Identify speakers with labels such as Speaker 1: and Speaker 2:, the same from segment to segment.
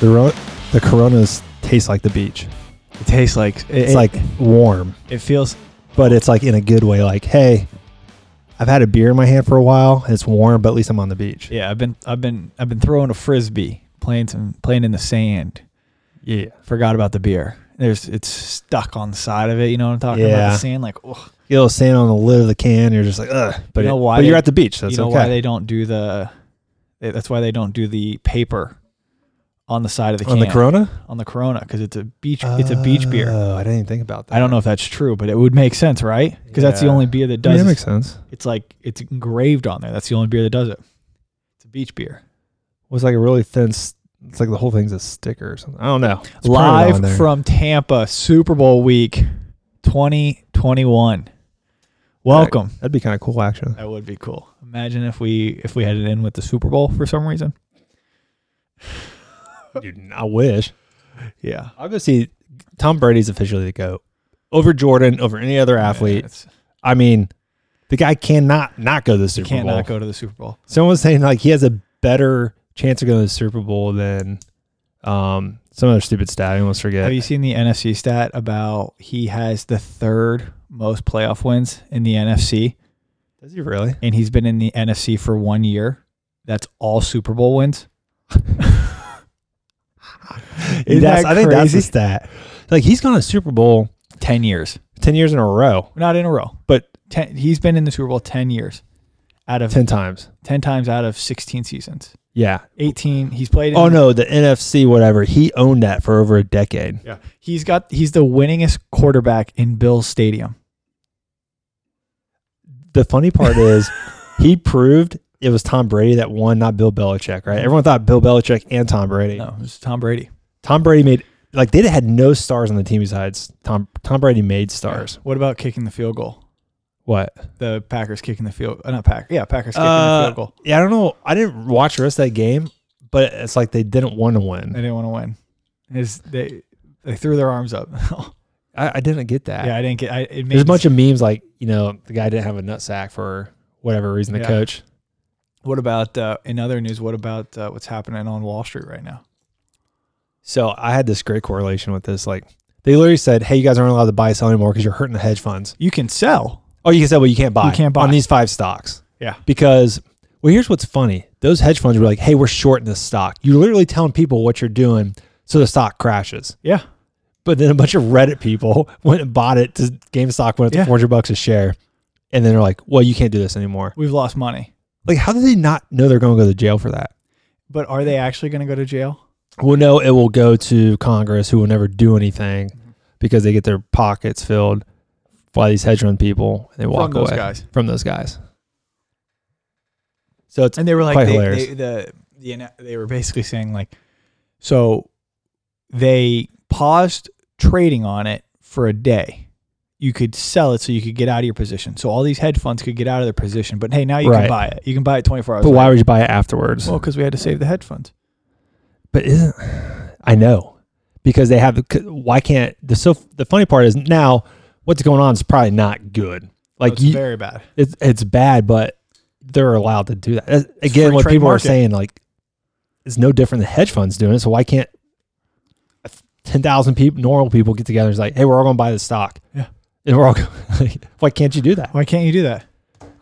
Speaker 1: The ro- the Coronas taste like the beach.
Speaker 2: It tastes like it,
Speaker 1: It's
Speaker 2: it-
Speaker 1: like warm,
Speaker 2: it feels
Speaker 1: but it's like in a good way. Like, hey, I've had a beer in my hand for a while. It's warm, but at least I'm on the beach.
Speaker 2: yeah. I've been I've been I've been throwing a frisbee, playing some playing in the sand.
Speaker 1: Yeah.
Speaker 2: Forgot about the beer. There's it's stuck on the side of it. You know what I'm talking about?
Speaker 1: Yeah.
Speaker 2: The sand, like oh,
Speaker 1: You know, sand on the lid of the can. You're just like, ugh. But,
Speaker 2: You know
Speaker 1: it-
Speaker 2: why
Speaker 1: but you're
Speaker 2: they-
Speaker 1: at the beach. That's
Speaker 2: you know
Speaker 1: okay.
Speaker 2: why they don't do the. they- That's why they don't do the paper on the side of the can
Speaker 1: on the Corona,
Speaker 2: on the Corona because it's a beach it's a beach beer.
Speaker 1: Oh, I didn't even think about that.
Speaker 2: I don't know if that's true, but it would make sense, right? Because that's the
Speaker 1: Yeah.
Speaker 2: only beer that
Speaker 1: I mean,
Speaker 2: does
Speaker 1: that
Speaker 2: it.
Speaker 1: makes sense.
Speaker 2: It's like it's engraved on there. That's the only beer that does it. It's a beach beer.
Speaker 1: It was like a really thin. s- It's like the whole thing's a sticker or something. I don't know. It's printed on
Speaker 2: Live
Speaker 1: there.
Speaker 2: from Tampa, Super Bowl week 2021. Welcome.
Speaker 1: That'd be kind of cool, actually.
Speaker 2: That would be cool. Imagine if we if we had it in with the Super Bowl for some reason.
Speaker 1: Dude, I wish.
Speaker 2: Yeah.
Speaker 1: I'll go see. Tom Brady's officially the goat over Jordan, over any other athlete.
Speaker 2: It's-
Speaker 1: I mean, the guy cannot not go to the Super
Speaker 2: can't
Speaker 1: Bowl.
Speaker 2: not go to the Super Bowl.
Speaker 1: Someone was saying like he has a better chance of going to the Super Bowl than um some other stupid stat. I almost forget.
Speaker 2: Have you seen the NFC stat about he has the third most playoff wins in the NFC
Speaker 1: Does he really?
Speaker 2: and he's been in the NFC for 1 year? That's all Super Bowl wins. Isn't
Speaker 1: That's-
Speaker 2: that
Speaker 1: I think that's
Speaker 2: crazy?
Speaker 1: the stat. Like he's gone to Super Bowl
Speaker 2: 10 years.
Speaker 1: ten years in a row,
Speaker 2: Not in a row.
Speaker 1: but
Speaker 2: Ten, he's been in the Super Bowl 10 years out of 10,
Speaker 1: ten times.
Speaker 2: times out of 16 seasons.
Speaker 1: Yeah.
Speaker 2: 18 he's played in,
Speaker 1: Oh no, the NFC whatever. He owned that for over a decade.
Speaker 2: Yeah. He's got he's the winningest quarterback in Bill's Stadium.
Speaker 1: The funny part is he proved it was Tom Brady that won, not Bill Belichick, right? Everyone thought Bill Belichick and Tom Brady.
Speaker 2: No, it's Tom Brady.
Speaker 1: Tom Brady made like they had no stars on the team besides Tom. Tom Brady made stars.
Speaker 2: What about kicking the field goal?
Speaker 1: What?
Speaker 2: The Packers kicking the field uh, not Packers. Yeah, Packers kicking the
Speaker 1: Uh,
Speaker 2: field goal.
Speaker 1: Yeah, I don't know. I didn't watch the rest of that game, but it's like they didn't want to
Speaker 2: They
Speaker 1: win.
Speaker 2: didn't want to win. Is they they threw their arms up.
Speaker 1: I, I didn't get that.
Speaker 2: yeah, I didn't get I it made
Speaker 1: There's a
Speaker 2: me-
Speaker 1: bunch of memes like you know the guy didn't have a nut sack for whatever reason. The
Speaker 2: Yeah.
Speaker 1: coach.
Speaker 2: What about uh, in other news what about uh, what's happening on Wall Street right now?
Speaker 1: So I had this great correlation with this. Like they literally said, "Hey, you guys aren't allowed to buy and sell anymore because you're hurting the hedge funds."
Speaker 2: You can sell.
Speaker 1: Oh, you can say, "Well, you can't buy.
Speaker 2: You can't buy.
Speaker 1: on these five stocks."
Speaker 2: Yeah.
Speaker 1: because well here's what's funny those hedge funds were like hey we're shorting this stock you're literally telling people what you're doing so the stock crashes
Speaker 2: Yeah.
Speaker 1: but then a bunch of reddit people went and bought it to gamestop went up
Speaker 2: Yeah.
Speaker 1: to 400 bucks a share and then they're like well you can't do this anymore
Speaker 2: We've lost money.
Speaker 1: like how do they not know they're going to go to jail for that
Speaker 2: But are they actually going to go to jail?
Speaker 1: well no it will go to congress who will never do anything
Speaker 2: Mm-hmm.
Speaker 1: because they get their pockets filled by these hedge fund people and they walk
Speaker 2: those
Speaker 1: away
Speaker 2: guys.
Speaker 1: from those guys so it's
Speaker 2: And they were like,
Speaker 1: Quite
Speaker 2: they,
Speaker 1: hilarious.
Speaker 2: they, the, the, ana- they were basically saying like, so they paused trading on it for a day. You could sell it so you could get out of your position. So all these hedge funds could get out of their position. But hey, now you
Speaker 1: Right.
Speaker 2: can buy it. You can buy it 24 hours.
Speaker 1: but why
Speaker 2: later.
Speaker 1: would you buy it afterwards
Speaker 2: Well, because we had to save the hedge funds.
Speaker 1: But isn't I know because they have. Why can't the so the funny part is now what's going on is probably not good. Like
Speaker 2: it's
Speaker 1: you,
Speaker 2: very bad.
Speaker 1: Oh, it's, it's bad, but they're allowed to do that. That's- Again,
Speaker 2: free
Speaker 1: what
Speaker 2: trade
Speaker 1: people
Speaker 2: market.
Speaker 1: are saying like it's no different than hedge funds doing it. So why can't ten thousand people, normal people, get together and it's like, hey, we're all going to buy the stock.
Speaker 2: Yeah.
Speaker 1: And we're all go- like, why can't you do that?
Speaker 2: Why can't you do that?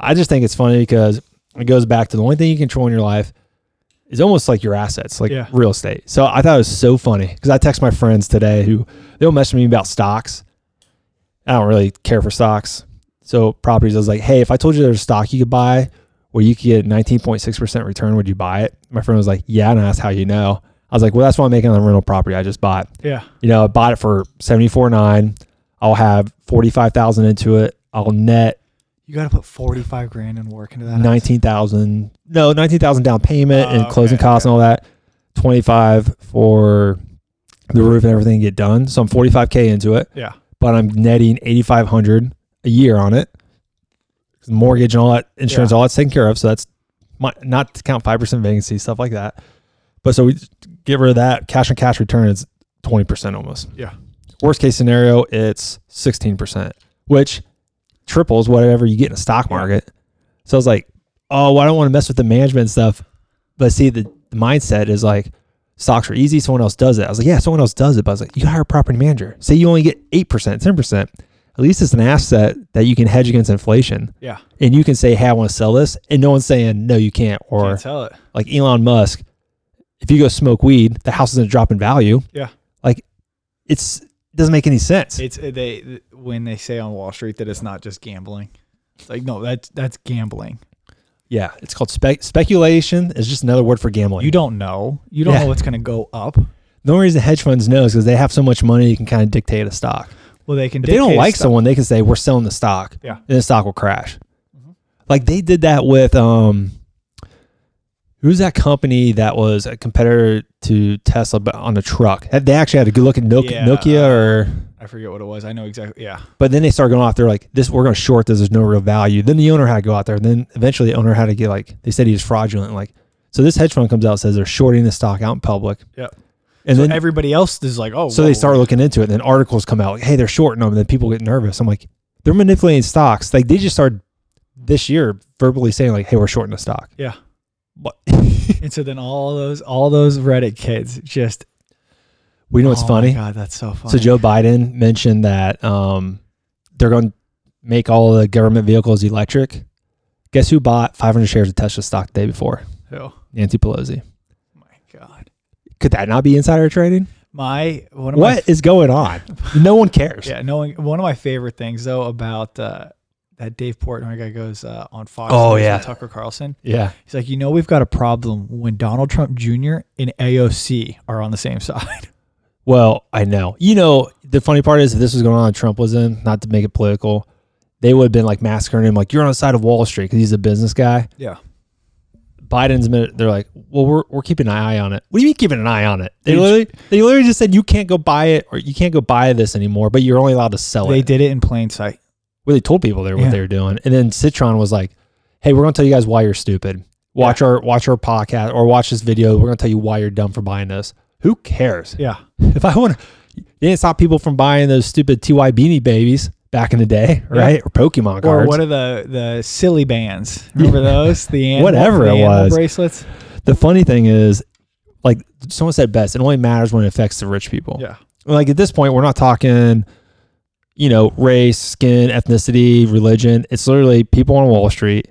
Speaker 1: I just think it's funny because it goes back to the only thing you control in your life is almost like your assets, like
Speaker 2: Yeah.
Speaker 1: real estate. So I thought it was so funny because I text my friends today who they'll message me about stocks. I don't really care for stocks. So properties, I was like, hey, if I told you there's a stock you could buy where you could get 19.6% return, would you buy it? My friend was like, yeah. And I asked how you know. I was like, well, that's what I'm making on the rental property I just bought
Speaker 2: Yeah.
Speaker 1: you know, I bought it for seventy four nine. I'll have forty five thousand into it. I'll net
Speaker 2: You got to put 45 grand and work into that. house.
Speaker 1: nineteen thousand. No, nineteen thousand down payment
Speaker 2: Oh,
Speaker 1: and closing
Speaker 2: okay,
Speaker 1: costs and all that. Twenty five for the roof and everything get done. So I'm forty five k into it,
Speaker 2: Yeah.
Speaker 1: but I'm netting eighty five hundred a year on it. Mortgage and all that, insurance, all that's taken care of. So that's my, not to count five percent vacancy stuff like that. But so we get rid of that cash on cash return is twenty percent almost.
Speaker 2: Yeah.
Speaker 1: Worst case scenario, it's 16%, which triples whatever you get in the stock market. So I was like, oh, well, I don't want to mess with the management stuff. But see, the, the mindset is like, stocks are easy. Someone else does it. I was like, yeah, someone else does it. But I was like, you hire a property manager. Say you only get 8%, 10%. At least it's an asset that you can hedge against inflation.
Speaker 2: Yeah.
Speaker 1: And you can say, hey, I want to sell this. And no one's saying, no, you can't. Or
Speaker 2: Can't sell it.
Speaker 1: like Elon Musk, if you go smoke weed, the house is going to drop in value.
Speaker 2: Yeah.
Speaker 1: Like it's, it doesn't make any sense.
Speaker 2: It's uh, they th- when they say on Wall Street that it's not just gambling. It's like no, that's that's gambling.
Speaker 1: yeah. It's called spec speculation. It's just another word for gambling.
Speaker 2: You don't know. You don't
Speaker 1: Yeah.
Speaker 2: know what's going to go up.
Speaker 1: the only reason hedge funds know is because they have so much money, you can kind of dictate a stock.
Speaker 2: Well, they can.
Speaker 1: If they don't
Speaker 2: dictate
Speaker 1: like
Speaker 2: stuff.
Speaker 1: someone, they can say we're selling the stock.
Speaker 2: Yeah. Mm-hmm.
Speaker 1: and the stock will crash. Like they did that with um, who's that company that was a competitor to Tesla, but on a truck? They actually had a good look at Nokia,
Speaker 2: Yeah.
Speaker 1: Nokia or
Speaker 2: I forget what it was. I know exactly. Yeah.
Speaker 1: but then they started going off. They're like, "This, we're going to short this. There's no real value." Then the owner had to go out there. Then eventually, the owner had to get like they said he was fraudulent. Like, so this hedge fund comes out and says they're shorting the stock out in public.
Speaker 2: Yep.
Speaker 1: And
Speaker 2: so
Speaker 1: then
Speaker 2: everybody else is like, oh.
Speaker 1: so
Speaker 2: whoa,
Speaker 1: they start looking into it. And then articles come out like, "Hey, they're shorting them." And then people get nervous. I'm like, they're manipulating stocks. Like they just started this year verbally saying like, "Hey, we're shorting the stock."
Speaker 2: Yeah.
Speaker 1: What?
Speaker 2: And so then all those all those Reddit kids just.
Speaker 1: we know it's
Speaker 2: oh
Speaker 1: funny.
Speaker 2: My God, that's so funny.
Speaker 1: So Joe Biden mentioned that um, they're going to make all the government vehicles electric. Guess who bought 500 shares of Tesla stock the day before?
Speaker 2: Oh
Speaker 1: Nancy Pelosi.
Speaker 2: my God.
Speaker 1: Could that not be insider trading?
Speaker 2: My one of my
Speaker 1: What is going on? No one cares.
Speaker 2: yeah no one of my favorite things though about uh, that Dave Portnoy guy goes uh, on Fox.
Speaker 1: Oh,
Speaker 2: News with
Speaker 1: yeah.
Speaker 2: Tucker Carlson.
Speaker 1: Yeah.
Speaker 2: He's like, you know, we've got a problem when Donald Trump Jr. and AOC are on the same side.
Speaker 1: Well, I know. You know, the funny part is if this was going on and Trump was in, not to make it political, they would have been like massacring him, like, you're on the side of Wall Street because he's a business guy.
Speaker 2: Yeah.
Speaker 1: Biden's been- they're like, well, we're, we're keeping an eye on it. What do you mean keeping an eye on it? They
Speaker 2: They-
Speaker 1: literally they literally just said you can't go buy it or you can't go buy this anymore, but you're only allowed to sell
Speaker 2: They
Speaker 1: it.
Speaker 2: did it in plain sight.
Speaker 1: Well, they told people there what
Speaker 2: Yeah.
Speaker 1: they were doing, and then Citron was like, hey, we're gonna tell you guys why you're stupid. Watch our watch our podcast or watch this video. We're gonna tell you why you're dumb for buying this. Who cares?
Speaker 2: Yeah.
Speaker 1: If I want to, they didn't stop people from buying those stupid TY Beanie Babies back in the day,
Speaker 2: Yeah.
Speaker 1: right? Or Pokemon
Speaker 2: Or
Speaker 1: cards.
Speaker 2: what are the the silly bands? Remember those? The animal,
Speaker 1: Whatever
Speaker 2: the
Speaker 1: it
Speaker 2: animal
Speaker 1: was.
Speaker 2: bracelets.
Speaker 1: the funny thing is, like someone said best, it only matters when it affects the rich people.
Speaker 2: Yeah.
Speaker 1: Like at this point, we're not talking, you know, race, skin, ethnicity, religion. It's literally people on Wall Street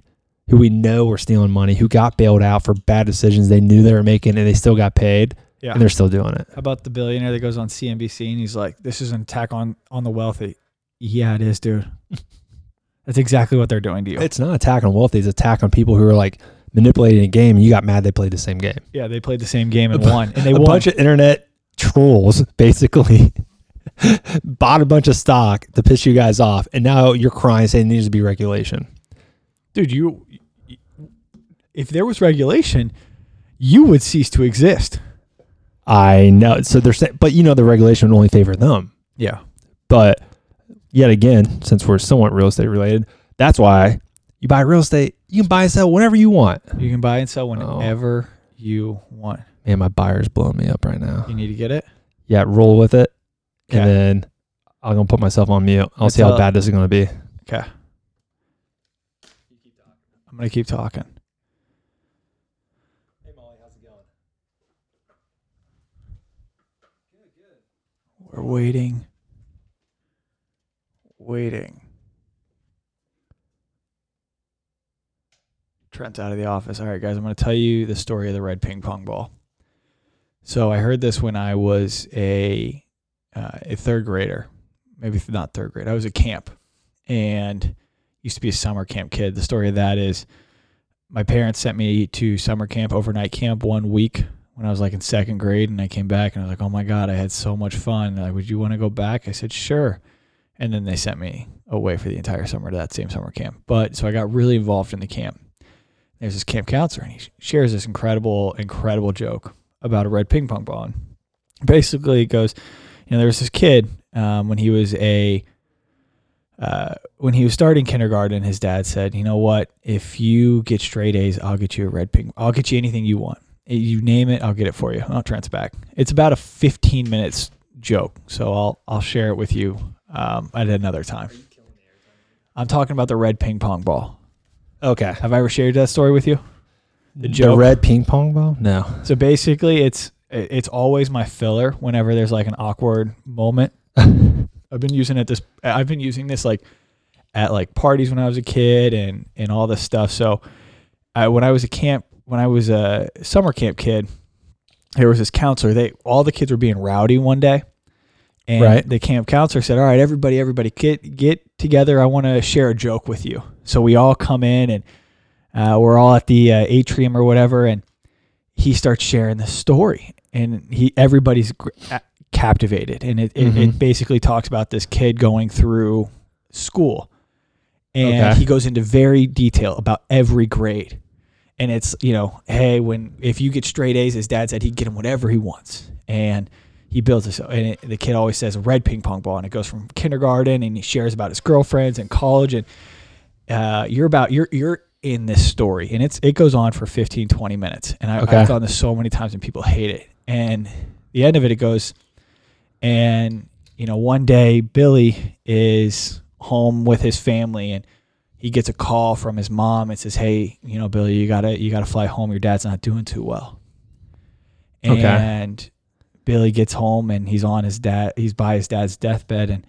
Speaker 1: who we know were stealing money, who got bailed out for bad decisions they knew they were making, and they still got paid,
Speaker 2: Yeah.
Speaker 1: and they're still doing it.
Speaker 2: How about the billionaire that goes on CNBC and he's like, "This is an attack on on the wealthy." Yeah, it is, dude. That's exactly what they're doing to you.
Speaker 1: It's not attack on wealthy; it's attack on people who are like manipulating a game, and you got mad they played the same game.
Speaker 2: yeah, they played the same game and won, and they
Speaker 1: a
Speaker 2: won.
Speaker 1: bunch of internet trolls basically bought a bunch of stock to piss you guys off, and now you're crying saying there needs to be regulation.
Speaker 2: dude, you. If there was regulation, you would cease to exist.
Speaker 1: I know. So they're saying, but you know, the regulation would only favor them.
Speaker 2: Yeah.
Speaker 1: But yet again, since we're somewhat real estate related, that's why you buy real estate. You can buy and sell whenever you want.
Speaker 2: You can buy and sell whenever you want.
Speaker 1: Man, my buyer's blowing me up right now.
Speaker 2: You need to get it.
Speaker 1: Yeah, roll with it,
Speaker 2: Okay.
Speaker 1: and then I'm gonna put myself on mute. I'll
Speaker 2: What's
Speaker 1: see how
Speaker 2: up?
Speaker 1: bad this is gonna be.
Speaker 2: Okay. I'm gonna keep talking. We're waiting. Waiting. Trent's out of the office. All right, guys, I'm going to tell you the story of the red ping pong ball. So I heard this when I was a uh, a third grader, maybe not third grade. I was at camp, and used to be a summer camp kid. The story of that is, my parents sent me to summer camp, overnight camp, one week when I was like in second grade, and I came back and I was like, "Oh my god, I had so much fun!" They're like, would you want to go back? I said, "Sure," and then they sent me away for the entire summer to that same summer camp. But so I got really involved in the camp. There's this camp counselor, and he sh- shares this incredible, incredible joke about a red ping pong ball. And basically, it goes, you know, there was this kid um, when he was a uh, when he was starting kindergarten, his dad said, "You know what? If you get straight A's, I'll get you a red ping. I'll get you anything you want. You name it, I'll get it for you. I'll Trent's back. It's about a 15 minutes joke, so I'll I'll share it with you um, at another time. I'm talking about the red ping pong ball.
Speaker 1: Okay.
Speaker 2: Have I ever shared that story with you?
Speaker 1: The,
Speaker 2: joke?
Speaker 1: red ping pong ball? No.
Speaker 2: So basically, it's it- it's always my filler whenever there's like an awkward moment. I've been using it this I've been using this like at like parties when I was a kid and and all this stuff. So I when I was a camp when I was a summer camp kid, there was this counselor. They all the kids were being rowdy one day. And
Speaker 1: Right.
Speaker 2: the camp counselor said, "All right, everybody, everybody, get get together. I want to share a joke with you." So we all come in and uh, we're all at the uh, atrium or whatever, and he starts sharing the story, and he everybody's gr- a- captivated, and it, it,
Speaker 1: Mhm.
Speaker 2: it basically talks about this kid going through school, and
Speaker 1: Okay.
Speaker 2: he goes into very detail about every grade, and it's you know, hey, when if you get straight A's, his dad said he'd get him whatever he wants, and he builds this, and it, the kid always says a red ping pong ball, and it goes from kindergarten, and he shares about his girlfriends and college, and uh, you're about you're you're in this story and it's it goes on for 15 20 minutes and I,
Speaker 1: Okay.
Speaker 2: i've done this so many times and people hate it and the end of it it goes and you know one day billy is home with his family and he gets a call from his mom and says hey you know billy you gotta you gotta fly home your dad's not doing too well
Speaker 1: Okay.
Speaker 2: and billy gets home and he's on his dad he's by his dad's deathbed and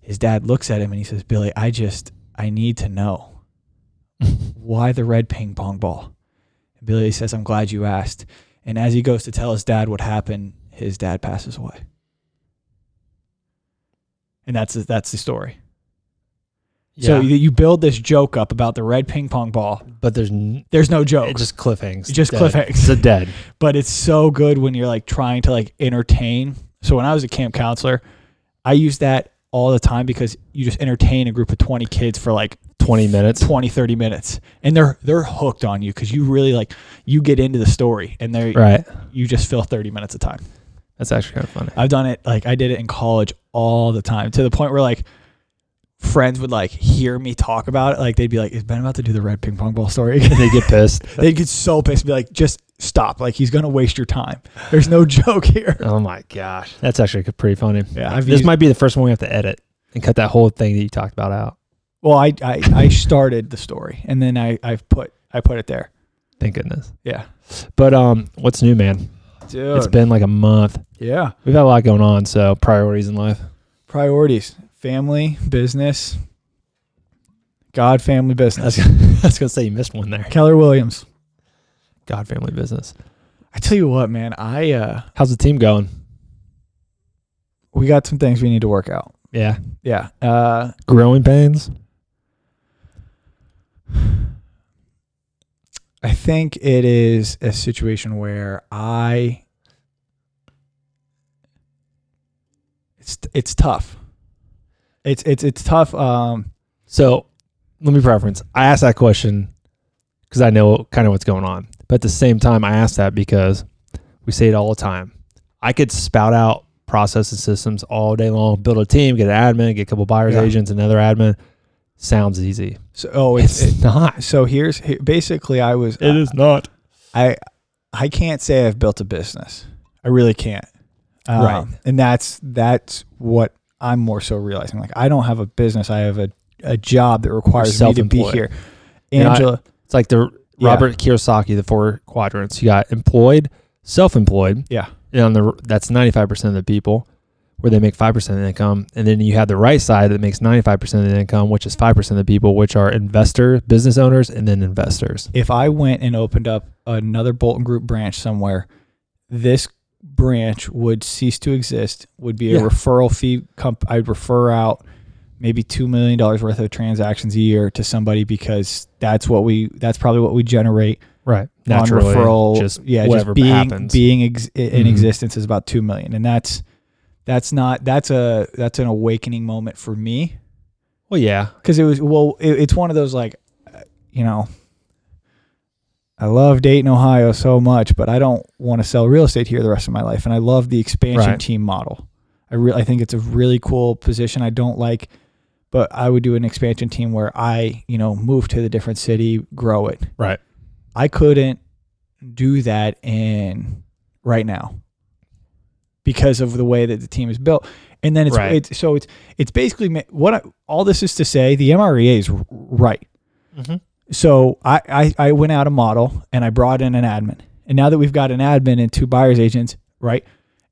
Speaker 2: his dad looks at him and he says billy i just i need to know why the red ping pong ball? And Billy says, I'm glad you asked. And as he goes to tell his dad what happened, his dad passes away. And that's that's the story. So
Speaker 1: Yeah.
Speaker 2: you, you build this joke up about the red ping pong ball.
Speaker 1: but there's n-
Speaker 2: There's no
Speaker 1: it
Speaker 2: joke,
Speaker 1: just cliffhangs.
Speaker 2: It's just
Speaker 1: Dead.
Speaker 2: cliffhangs.
Speaker 1: It's a dead.
Speaker 2: but it's so good when you're like trying to like entertain. So when I was a camp counselor, I used that all the time because you just entertain a group of 20 kids for like
Speaker 1: 20 minutes.
Speaker 2: 20 30 minutes and they're they're hooked on you because you really like you get into the story and they
Speaker 1: Right.
Speaker 2: you just fill 30 minutes of time
Speaker 1: That's actually kind of funny.
Speaker 2: i've done it like i did it in college all the time to the point where like friends would like hear me talk about it like they'd be like is ben about to do the red ping pong ball story
Speaker 1: they get pissed.
Speaker 2: they'd get so pissed and be like just stop like he's gonna waste your time there's no joke here
Speaker 1: Oh my gosh. That's actually pretty funny.
Speaker 2: yeah i've
Speaker 1: this
Speaker 2: used,
Speaker 1: might be the first one we have to edit and cut that whole thing that you talked about out.
Speaker 2: well I, I i started the story and then i i've put i put it there
Speaker 1: Thank goodness.
Speaker 2: yeah
Speaker 1: But um, what's new, man?
Speaker 2: Dude.
Speaker 1: It's been like a month.
Speaker 2: yeah
Speaker 1: We've had a lot going on, so priorities in life.
Speaker 2: priorities family business god family business
Speaker 1: I was gonna say you missed one there.
Speaker 2: keller williams
Speaker 1: God, family business.
Speaker 2: i tell you what man i uh
Speaker 1: How's the team going?
Speaker 2: we got some things we need to work out
Speaker 1: Yeah,
Speaker 2: yeah uh
Speaker 1: growing pains.
Speaker 2: i think it is a situation where i it's it's tough it's it's it's tough um
Speaker 1: So, let me preference. I asked that question because I know kind of what's going on, but at the same time, I asked that because we say it all the time. I could spout out process and systems all day long, build a team, get an admin, get a couple buyers
Speaker 2: Yeah.
Speaker 1: agents, another admin. Sounds easy.
Speaker 2: so oh
Speaker 1: It's,
Speaker 2: it's it,
Speaker 1: not.
Speaker 2: so here's here, basically i was
Speaker 1: is not.
Speaker 2: I I can't say I've built a business. I really can't. Um,
Speaker 1: Right.
Speaker 2: And that's that's what I'm more so realizing. Like I don't have a business. I have a, a job that requires me to be
Speaker 1: self-employed.
Speaker 2: here.
Speaker 1: And I-
Speaker 2: Angela,
Speaker 1: It's like the
Speaker 2: Yeah.
Speaker 1: Robert Kiyosaki, the four quadrants. You got employed, self-employed.
Speaker 2: Yeah.
Speaker 1: And on the that's ninety-five percent of the people, where they make five percent of the income, and then you have the right side that makes ninety-five percent of the income, which is five percent of the people, which are investor, business owners, and then investors.
Speaker 2: if I went and opened up another Bolton Group branch somewhere, this branch would cease to exist. Would be a
Speaker 1: Yeah.
Speaker 2: referral fee. Comp- I'd refer out maybe two million dollars worth of transactions a year to somebody because that's what we. That's probably what we generate.
Speaker 1: Right.
Speaker 2: on
Speaker 1: Naturally.
Speaker 2: referral,
Speaker 1: just
Speaker 2: yeah,
Speaker 1: whatever
Speaker 2: just being
Speaker 1: happens.
Speaker 2: being ex- in
Speaker 1: Mhm.
Speaker 2: existence is about two million, and that's that's not that's a that's an awakening moment for me
Speaker 1: well, yeah.
Speaker 2: because it was well, it, it's one of those like, uh, you know, I love Dayton, Ohio, so much, but I don't want to sell real estate here the rest of my life, and I love the expansion
Speaker 1: Right.
Speaker 2: team model. I really I think it's a really cool position. I don't like. But I would do an expansion team where I, you know, move to the different city, grow it,
Speaker 1: Right.
Speaker 2: I couldn't do that in right now because of the way that the team is built. And then it's,
Speaker 1: Right.
Speaker 2: it's so it's it's basically ma- what I, all this is to say. The MREA is r- right.
Speaker 1: Mhm.
Speaker 2: So I, I I went out a model and I brought in an admin. And now that we've got an admin and two buyers agents, right?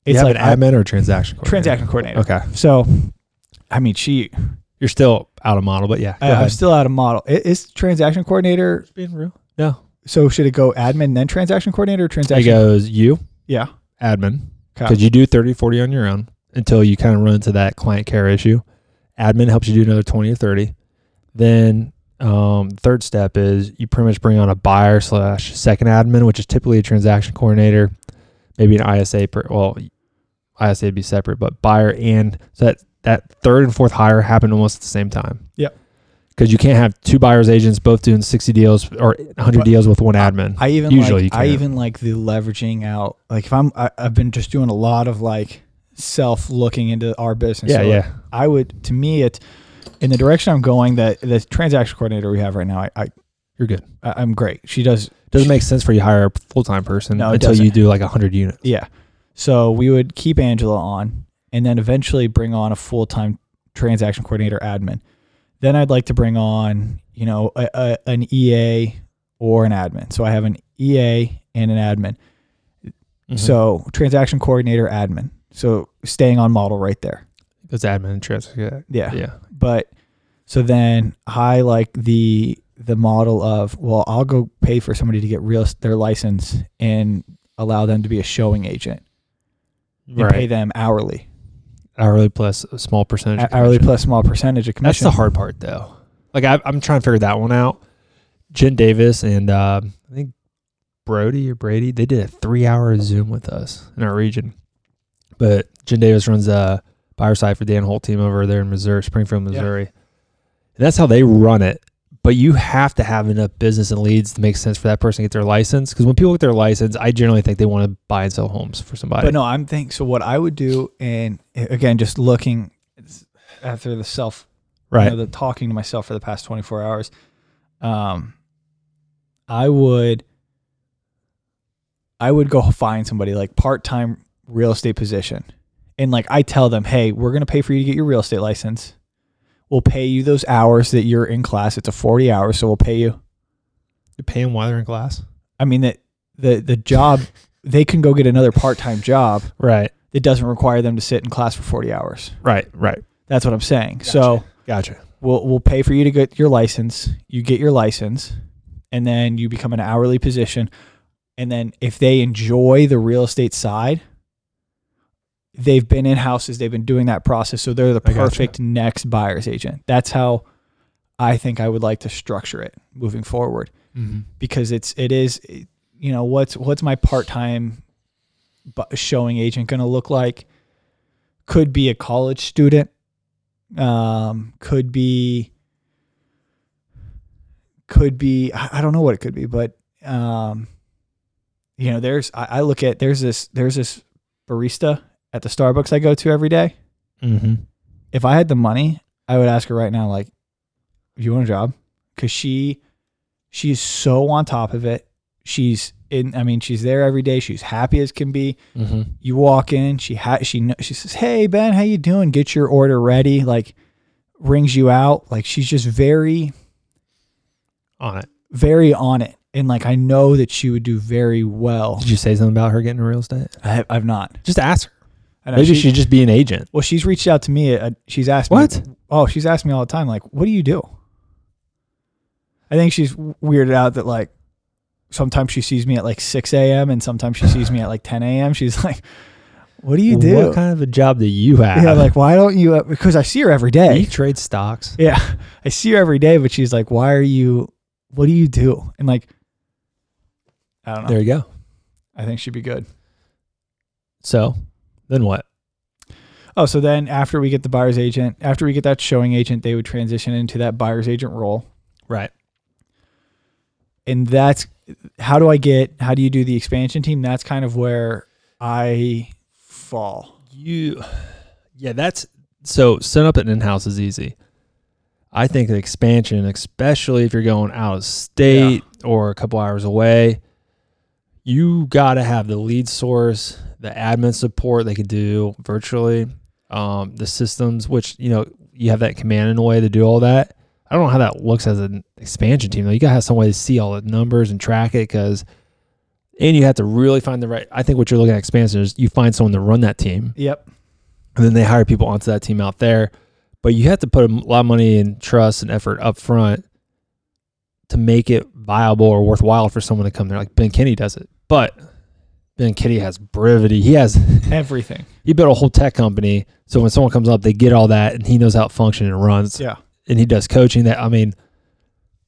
Speaker 1: You
Speaker 2: It's
Speaker 1: have
Speaker 2: like
Speaker 1: an
Speaker 2: I-
Speaker 1: admin or a transaction coordinator?
Speaker 2: transaction coordinator.
Speaker 1: Okay.
Speaker 2: So, I mean, she,
Speaker 1: You're still out of model, but yeah. Go
Speaker 2: I, I'm
Speaker 1: ahead.
Speaker 2: still out of model. I- Is transaction coordinator?
Speaker 1: being real. No.
Speaker 2: So should it go admin then transaction coordinator? Or
Speaker 1: It
Speaker 2: transaction?
Speaker 1: goes you,
Speaker 2: Yeah.
Speaker 1: admin,
Speaker 2: Okay.
Speaker 1: because you do 30, 40 on your own until you kind of run into that client care issue. Admin helps you do another 20 or 30. Then um, the third step is you pretty much bring on a buyer slash second admin, which is typically a transaction coordinator, maybe an ISA. Per, well, ISA would be separate, but buyer and so that, that third and fourth hire happen almost at the same time.
Speaker 2: Yep.
Speaker 1: Because you can't have two buyers agents both doing 60 deals or 100
Speaker 2: But
Speaker 1: deals with one admin.
Speaker 2: I even
Speaker 1: Usually you
Speaker 2: like, I
Speaker 1: can't.
Speaker 2: even like the leveraging out. Like if I'm, I, I've been just doing a lot of like self looking into our business.
Speaker 1: yeah,
Speaker 2: So, like,
Speaker 1: yeah.
Speaker 2: I would, to me, it's in the direction I'm going. That the transaction coordinator we have right now, I, I
Speaker 1: You're good.
Speaker 2: I- I'm great. She does,
Speaker 1: Doesn't make sense for you to hire a full time person
Speaker 2: No, it
Speaker 1: until you
Speaker 2: doesn't.
Speaker 1: do like 100 units.
Speaker 2: yeah. So we would keep Angela on, and then eventually bring on a full time transaction coordinator admin. Then I'd like to bring on, you know, a, a, an EA or an admin. So I have an EA and an admin.
Speaker 1: Mm-hmm.
Speaker 2: Mm-hmm. So transaction coordinator, admin. So staying on model right there.
Speaker 1: it's admin and trans. Yeah.
Speaker 2: Yeah.
Speaker 1: Yeah.
Speaker 2: But so then I like the the model of well, I'll go pay for somebody to get real their license and allow them to be a showing agent and pay
Speaker 1: Right.
Speaker 2: them hourly,
Speaker 1: Hourly plus a small percentage. of
Speaker 2: Hou- hourly
Speaker 1: commission.
Speaker 2: plus small percentage of
Speaker 1: That's
Speaker 2: commission.
Speaker 1: the hard part though. Like I, I'm trying to figure that one out. Jen Davis and uh, I think Brody or Brady, they did a three hour Zoom with us in our region. But Jen Davis runs a buyer side for Dan Holt team over there in Missouri, Springfield,
Speaker 2: Yeah.
Speaker 1: Missouri. And that's how they run it. But you have to have enough business and leads to make sense for that person to get their license. Because when people get their license, I generally think they want to buy and sell homes for somebody.
Speaker 2: But no, I'm thinking. So what I would do, and uh, again, just looking it's after the self,
Speaker 1: right.
Speaker 2: you know, the talking to myself for the past 24 hours, um, I would, I would go find somebody like part time real estate position, and like I tell them, hey, we're gonna pay for you to get your real estate license. We'll pay you those hours that you're in class. It's a 40 hours, so we'll pay you.
Speaker 1: You're paying while they're in class.
Speaker 2: I mean that the the job, they can go get another part time job
Speaker 1: Right.
Speaker 2: that doesn't require them to sit in class for 40 hours.
Speaker 1: Right. Right.
Speaker 2: That's what I'm saying. So
Speaker 1: Gotcha.
Speaker 2: we'll we'll pay for you to get your license. You get your license, and then you become an hourly position. And then if they enjoy the real estate side, they've been in houses, they've been doing that process, so they're the
Speaker 1: I gotcha.
Speaker 2: perfect next buyer's agent. That's how I think I would like to structure it moving forward
Speaker 1: Mm-hmm.
Speaker 2: because it's it is you know what's what's my part-time bu- showing agent going to look like could be a college student um could be could be i I don't know what it could be but um you know there's i, I look at there's this there's this barista at the starbucks i go to every day
Speaker 1: Mm-hmm.
Speaker 2: if I had the money, I would ask her right now, like, "Do you want a job?" Because she, she's so on top of it. She's in. I mean, she's there every day. She's happy as can be.
Speaker 1: Mm-hmm.
Speaker 2: You walk in, she ha- she kn- she says, "Hey Ben, how you doing? Get your order ready." Like, rings you out. Like, she's just very,
Speaker 1: On it.
Speaker 2: very on it. And like, I know that she would do very well.
Speaker 1: Did you say something about her getting real estate?
Speaker 2: I have, I've not.
Speaker 1: Just ask her.
Speaker 2: I know
Speaker 1: Maybe she'd just be an agent.
Speaker 2: Well, she's reached out to me. Uh, she's asked me
Speaker 1: What?
Speaker 2: Oh, she's asked me all the time, like, what do you do? I think she's weirded out that like sometimes she sees me at like 6 a.m. and sometimes she sees me at like 10 a.m. She's like, what do you do?
Speaker 1: What kind of a job do you have?
Speaker 2: yeah, like, why don't you? Because I see her every
Speaker 1: do you
Speaker 2: day.
Speaker 1: trade stocks?
Speaker 2: Yeah, I see her every day, but she's like, why are you? What do you do? And like, I don't know.
Speaker 1: There you go.
Speaker 2: I think she'd be good.
Speaker 1: So then what?
Speaker 2: Oh, so then after we get the buyer's agent, after we get that showing agent, they would transition into that buyer's agent role.
Speaker 1: Right.
Speaker 2: and that's how do I get how do you do the expansion team? That's kind of where I fall.
Speaker 1: You, yeah, that's so set up an in house is easy. I think the expansion, especially if you're going out of state or a couple hours away, you got to have the lead source, the admin support they could do virtually, um, the systems, which, you know, you have that command in a way to do all that. I don't know how that looks as an expansion team, though. You got to have some way to see all the numbers and track it because And you have to really find the right. I think what you're looking at expansion is you find someone to run that team,
Speaker 2: Yep.
Speaker 1: and then they hire people onto that team out there. But you have to put a m- lot of money and trust and effort up front to make it viable or worthwhile for someone to come there. Like Ben Kenny does it, but Ben Kenny has brevity. He has
Speaker 2: Everything.
Speaker 1: he built a whole tech company, so when someone comes up, they get all that, and he knows how it functions and runs
Speaker 2: Yeah.
Speaker 1: and he does coaching that I mean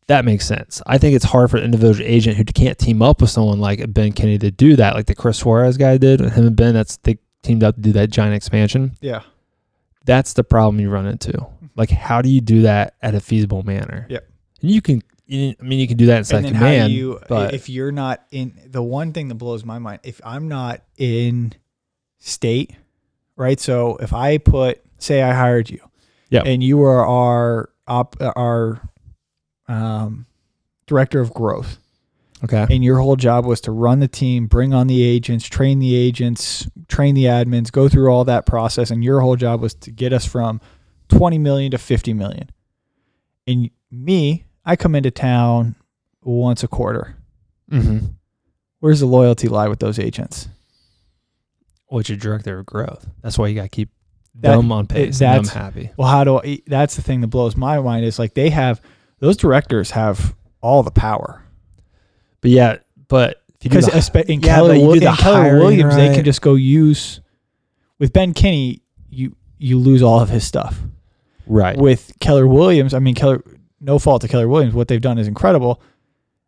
Speaker 1: that makes sense. I think it's hard for an individual agent who can't team up with someone like Ben Kenny to do that, like the Chris Suarez guy did. Him and Ben, that's they teamed up to do that giant expansion.
Speaker 2: Yeah.
Speaker 1: That's the problem you run into. Like, how do you do that at a feasible manner?
Speaker 2: Mm-hmm. Yep.
Speaker 1: And you can, you, I mean, you can do that in
Speaker 2: and
Speaker 1: second
Speaker 2: then how
Speaker 1: man.
Speaker 2: do you
Speaker 1: but-
Speaker 2: if you're not in the one thing that blows my mind if i'm not in state right so if i put say i hired you
Speaker 1: Yep.
Speaker 2: and you are our op, our um, director of growth
Speaker 1: okay.
Speaker 2: and your whole job was to run the team bring on the agents train the agents train the admins go through all that process and your whole job was to get us from 20 million to 50 million and me i come into town once a quarter
Speaker 1: Mm-hmm.
Speaker 2: Where's the loyalty lie with those agents?
Speaker 1: What's your director of growth? That's why you got to keep
Speaker 2: That-
Speaker 1: them on pace. and
Speaker 2: that's-
Speaker 1: them happy.
Speaker 2: Well, how do I? That's the thing that blows my mind is like they have those directors have all the power
Speaker 1: But yeah, but if you do
Speaker 2: because
Speaker 1: the-
Speaker 2: in
Speaker 1: Yeah,
Speaker 2: Keller,
Speaker 1: but you
Speaker 2: Wi-
Speaker 1: do the
Speaker 2: in Keller
Speaker 1: hiring,
Speaker 2: Williams they
Speaker 1: right?
Speaker 2: can just go use with Ben Kinney you you lose all of his stuff
Speaker 1: right,
Speaker 2: with Keller Williams I mean Keller no fault to Keller Williams what they've done is incredible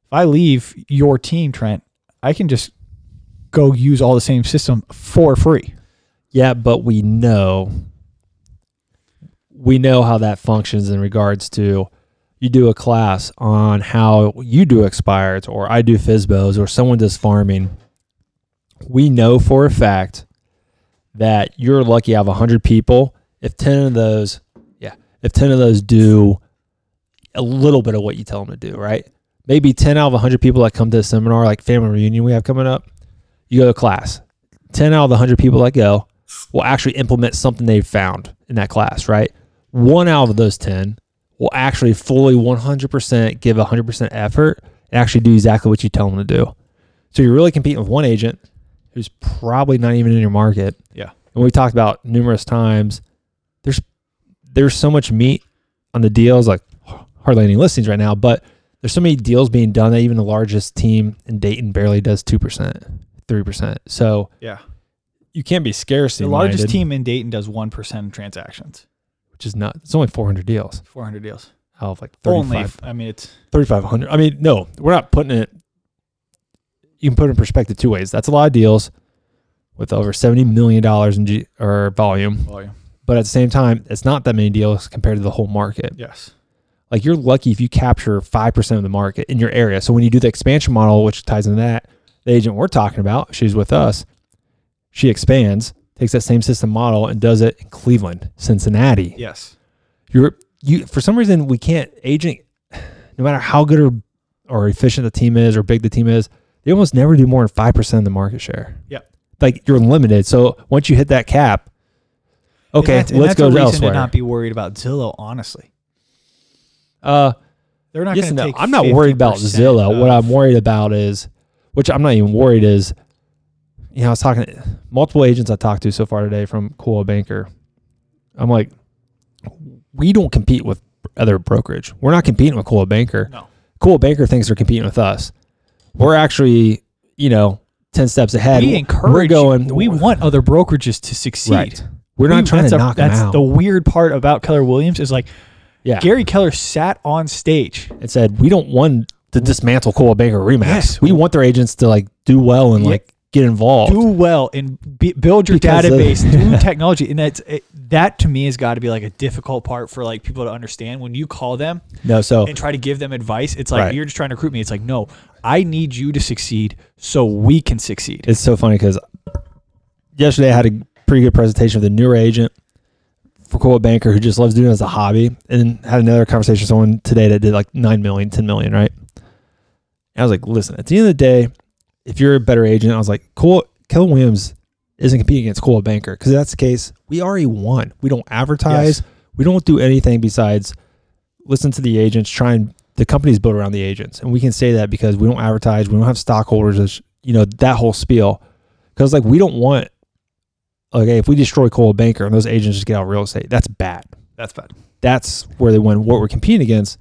Speaker 2: if I leave your team Trent I can just go use all the same system for free
Speaker 1: Yeah, but we know we know how that functions in regards to you do a class on how you do expireds or I do FISBOs or someone does farming. We know for a fact that you're lucky out of 100 people if 10 of those yeah, if 10 of those do a little bit of what you tell them to do, right? Maybe 10 out of 100 people that come to the seminar like family reunion we have coming up, you go to class. 10 out of the 100 people that go will actually implement something they've found in that class, right? One out of those 10 will actually fully 100% give 100% effort and actually do exactly what you tell them to do. So you're really competing with one agent who's probably not even in your market.
Speaker 2: Yeah.
Speaker 1: And we talked about numerous times there's there's so much meat on the deals like hardly any listings right now, but there's so many deals being done that even the largest team in Dayton barely does 2%, 3%. So
Speaker 2: yeah
Speaker 1: you can't be scarcity.
Speaker 2: the largest
Speaker 1: minded,
Speaker 2: team in Dayton does 1% of transactions
Speaker 1: which is not. It's only 400 deals
Speaker 2: 400 deals
Speaker 1: out of like
Speaker 2: Only, if-
Speaker 1: 35,
Speaker 2: I mean, it's
Speaker 1: 3,500. I mean, no, we're not putting it. You can put it in perspective two ways. That's a lot of deals with over 70 million dollars in G, or volume,
Speaker 2: volume.
Speaker 1: but at the same time, it's not that many deals compared to the whole market.
Speaker 2: Yes.
Speaker 1: Like you're lucky if you capture 5% of the market in your area. So when you do the expansion model, which ties into that, the agent we're talking about, she's with us, she expands, takes that same system model and does it in Cleveland, Cincinnati.
Speaker 2: Yes.
Speaker 1: you're you for some reason we can't agent no matter how good or or efficient the team is or big the team is they almost never do more than 5% of the market share
Speaker 2: Yep.
Speaker 1: like you're limited so once you hit that cap okay
Speaker 2: and that's, and
Speaker 1: let's
Speaker 2: that's
Speaker 1: go
Speaker 2: a reason
Speaker 1: elsewhere
Speaker 2: to not be worried about Zillow. Honestly,
Speaker 1: uh
Speaker 2: they're not
Speaker 1: yes
Speaker 2: going
Speaker 1: and
Speaker 2: to
Speaker 1: no.
Speaker 2: take.
Speaker 1: i'm not worried about
Speaker 2: 50%
Speaker 1: zillow what
Speaker 2: of-
Speaker 1: i'm worried about is which i'm not even worried is you know i was talking to multiple agents i talked to so far today from cool banker i'm like we don't compete with other brokerage we're not competing with cool banker
Speaker 2: No.
Speaker 1: cool banker thinks they're competing with us we're actually you know 10 steps ahead
Speaker 2: We encourage.
Speaker 1: we're going
Speaker 2: We want other brokerages to succeed.
Speaker 1: right we're not
Speaker 2: We-
Speaker 1: trying
Speaker 2: that's
Speaker 1: to
Speaker 2: a-
Speaker 1: knock them
Speaker 2: That's
Speaker 1: out
Speaker 2: the weird part about Keller Williams is like
Speaker 1: yeah
Speaker 2: Gary Keller sat on stage.
Speaker 1: and said we don't want to dismantle cool banker remax
Speaker 2: Yes.
Speaker 1: we want their agents to like do well and
Speaker 2: Yeah.
Speaker 1: like get involved
Speaker 2: Do well and b- build your
Speaker 1: Because of-
Speaker 2: database, do technology, and that's it, that to me has got to be like a difficult part for like people to understand. When you call them,
Speaker 1: no so
Speaker 2: and try to give them advice, it's like
Speaker 1: Right.
Speaker 2: you're just trying to recruit me. It's like, no, I need you to succeed so we can succeed.
Speaker 1: It's so funny because yesterday I had a pretty good presentation with a newer agent for Cool Banker who just loves doing it as a hobby, and then had another conversation with someone today that did like 9 million, 10 million, right? And I was like, listen, at the end of the day, if you're a better agent, I was like, cool, Keller Williams isn't competing against Cool Banker because if that's the case, we already won. We don't advertise,
Speaker 2: Yes.
Speaker 1: we don't do anything besides listen to the agents, try and the company's built around the agents. And we can say that because we don't advertise, we don't have stockholders as you know, that whole spiel. Cause like, we don't want, okay, if we destroy Coal Banker and those agents just get out of real estate, that's bad.
Speaker 2: That's bad.
Speaker 1: That's where they win. What we're competing against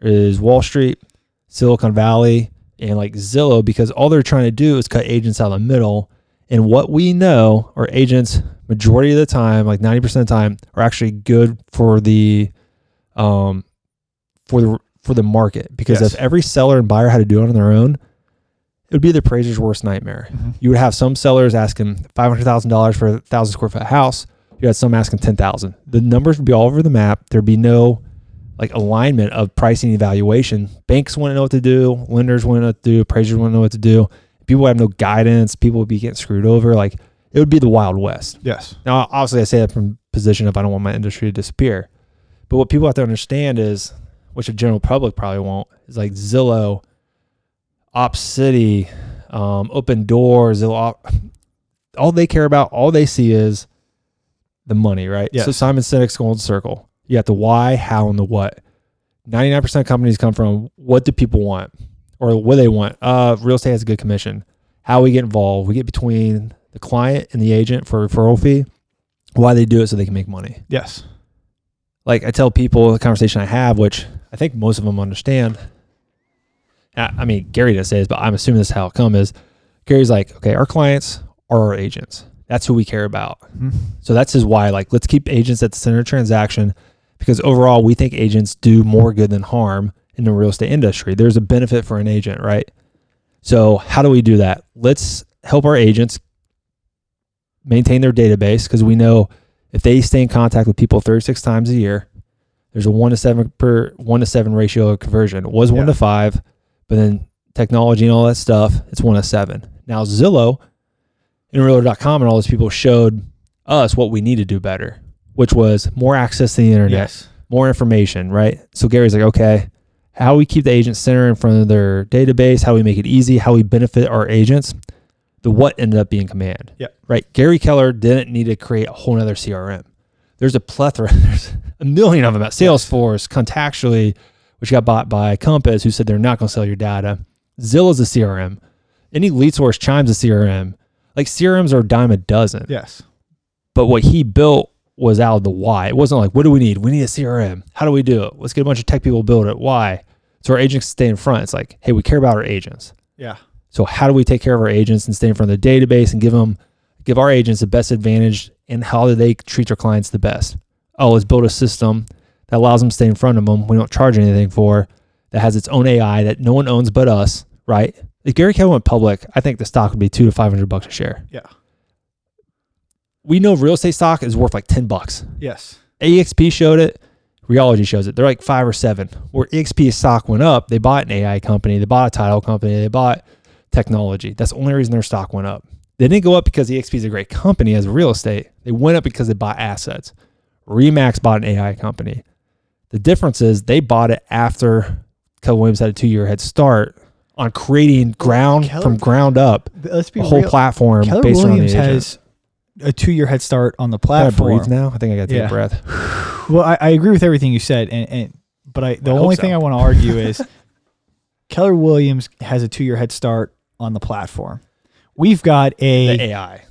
Speaker 1: is Wall Street, Silicon Valley, and like Zillow, because all they're trying to do is cut agents out of the middle. And what we know are agents, majority of the time, like 90% of the time, are actually good for the, um, for the, for the market. Because
Speaker 2: Yes.
Speaker 1: if every seller and buyer had to do it on their own, it would be the appraiser's worst nightmare.
Speaker 2: Mm-hmm.
Speaker 1: You would have some sellers asking five hundred thousand dollars for a thousand square foot house. You had some asking ten thousand. The numbers would be all over the map. There'd be no like alignment of pricing and evaluation. Banks wouldn't know what to do. Lenders wouldn't know what to do. Appraisers wouldn't know what to do. People would have no guidance. People would be getting screwed over. Like it would be the wild west.
Speaker 2: Yes.
Speaker 1: Now, obviously, I say that from a position of I don't want my industry to disappear. But what people have to understand is, which the general public probably won't, is like Zillow, Op City, um, Open Door, Zillow. Op- all they care about, all they see is the money, right? So
Speaker 2: Yes.
Speaker 1: Simon Sinek's golden circle. You have the why, how, and the what. Ninety-nine percent of companies come from what do people want, or what do they want. Uh, real estate has a good commission. How we get involved, we get between the client and the agent for a referral fee. Why they do it so they can make money
Speaker 2: Yes.
Speaker 1: like I tell people the conversation I have, which I think most of them understand. I, I mean, Gary didn't say this, but I'm assuming this is how it come is. Gary's like, okay, our clients are our agents. That's who we care about.
Speaker 2: Mhm.
Speaker 1: So that's his why. Like, let's keep agents at the center of transaction because overall, we think agents do more good than harm in the real estate industry. There's a benefit for an agent, right? So how do we do that? Let's help our agents maintain their database because we know if they stay in contact with people 36 times a year, there's a one to seven per one to seven ratio of conversion. It was one
Speaker 2: Yeah.
Speaker 1: to five, but then technology and all that stuff, it's one to seven. Now Zillow and Realtor.com and all those people showed us what we need to do better, which was more access to the internet
Speaker 2: Yes.
Speaker 1: more information, right? So Gary's like, okay, how we keep the agent center in front of their database, how we make it easy, how we benefit our agents. The what ended up being command.
Speaker 2: Yep.
Speaker 1: Right. Gary Keller didn't need to create a whole nother CRM. There's a plethora, there's a million of them at Salesforce, Contactually, which got bought by Compass, who said they're not going to sell your data. Zillow's a CRM. Any lead source chimes a CRM. Like CRMs are a dime a dozen.
Speaker 2: Yes.
Speaker 1: But what he built was out of the why. It wasn't like, what do we need? We need a CRM. How do we do it? Let's get a bunch of tech people to build it. Why? So our agents stay in front. It's like, hey, we care about our agents.
Speaker 2: Yeah.
Speaker 1: So how do we take care of our agents and stay in front of the database and give them, give our agents the best advantage and how do they treat their clients the best? Oh, let's build a system that allows them to stay in front of them. We don't charge anything for that has its own AI that no one owns but us, right? If Gary Keller went public, I think the stock would be two to five hundred bucks a share.
Speaker 2: Yeah.
Speaker 1: We know real estate stock is worth like ten bucks.
Speaker 2: Yes.
Speaker 1: AXP showed it. Reology shows it. They're like five or seven. Where EXP stock went up, they bought an AI company, they bought a title company, they bought technology. That's the only reason their stock went up. They didn't go up because EXP is a great company as real estate. They went up because they bought assets. Remax bought an AI company. The difference is they bought it after Keller Williams had a two year head start on creating ground
Speaker 2: Keller-
Speaker 1: from ground up
Speaker 2: But let's be
Speaker 1: a whole
Speaker 2: real.
Speaker 1: platform
Speaker 2: Keller
Speaker 1: based
Speaker 2: Williams
Speaker 1: on the agent.
Speaker 2: has a two-year head start on the
Speaker 1: Can I breathe
Speaker 2: platform.
Speaker 1: now? I think I got to take
Speaker 2: Yeah.
Speaker 1: a breath.
Speaker 2: Well, I, I agree with everything you said, and, and but I the
Speaker 1: I hope
Speaker 2: only thing
Speaker 1: so.
Speaker 2: I want to argue is Keller Williams has a two-year head start on the platform. We've got
Speaker 1: The
Speaker 2: a
Speaker 1: AI.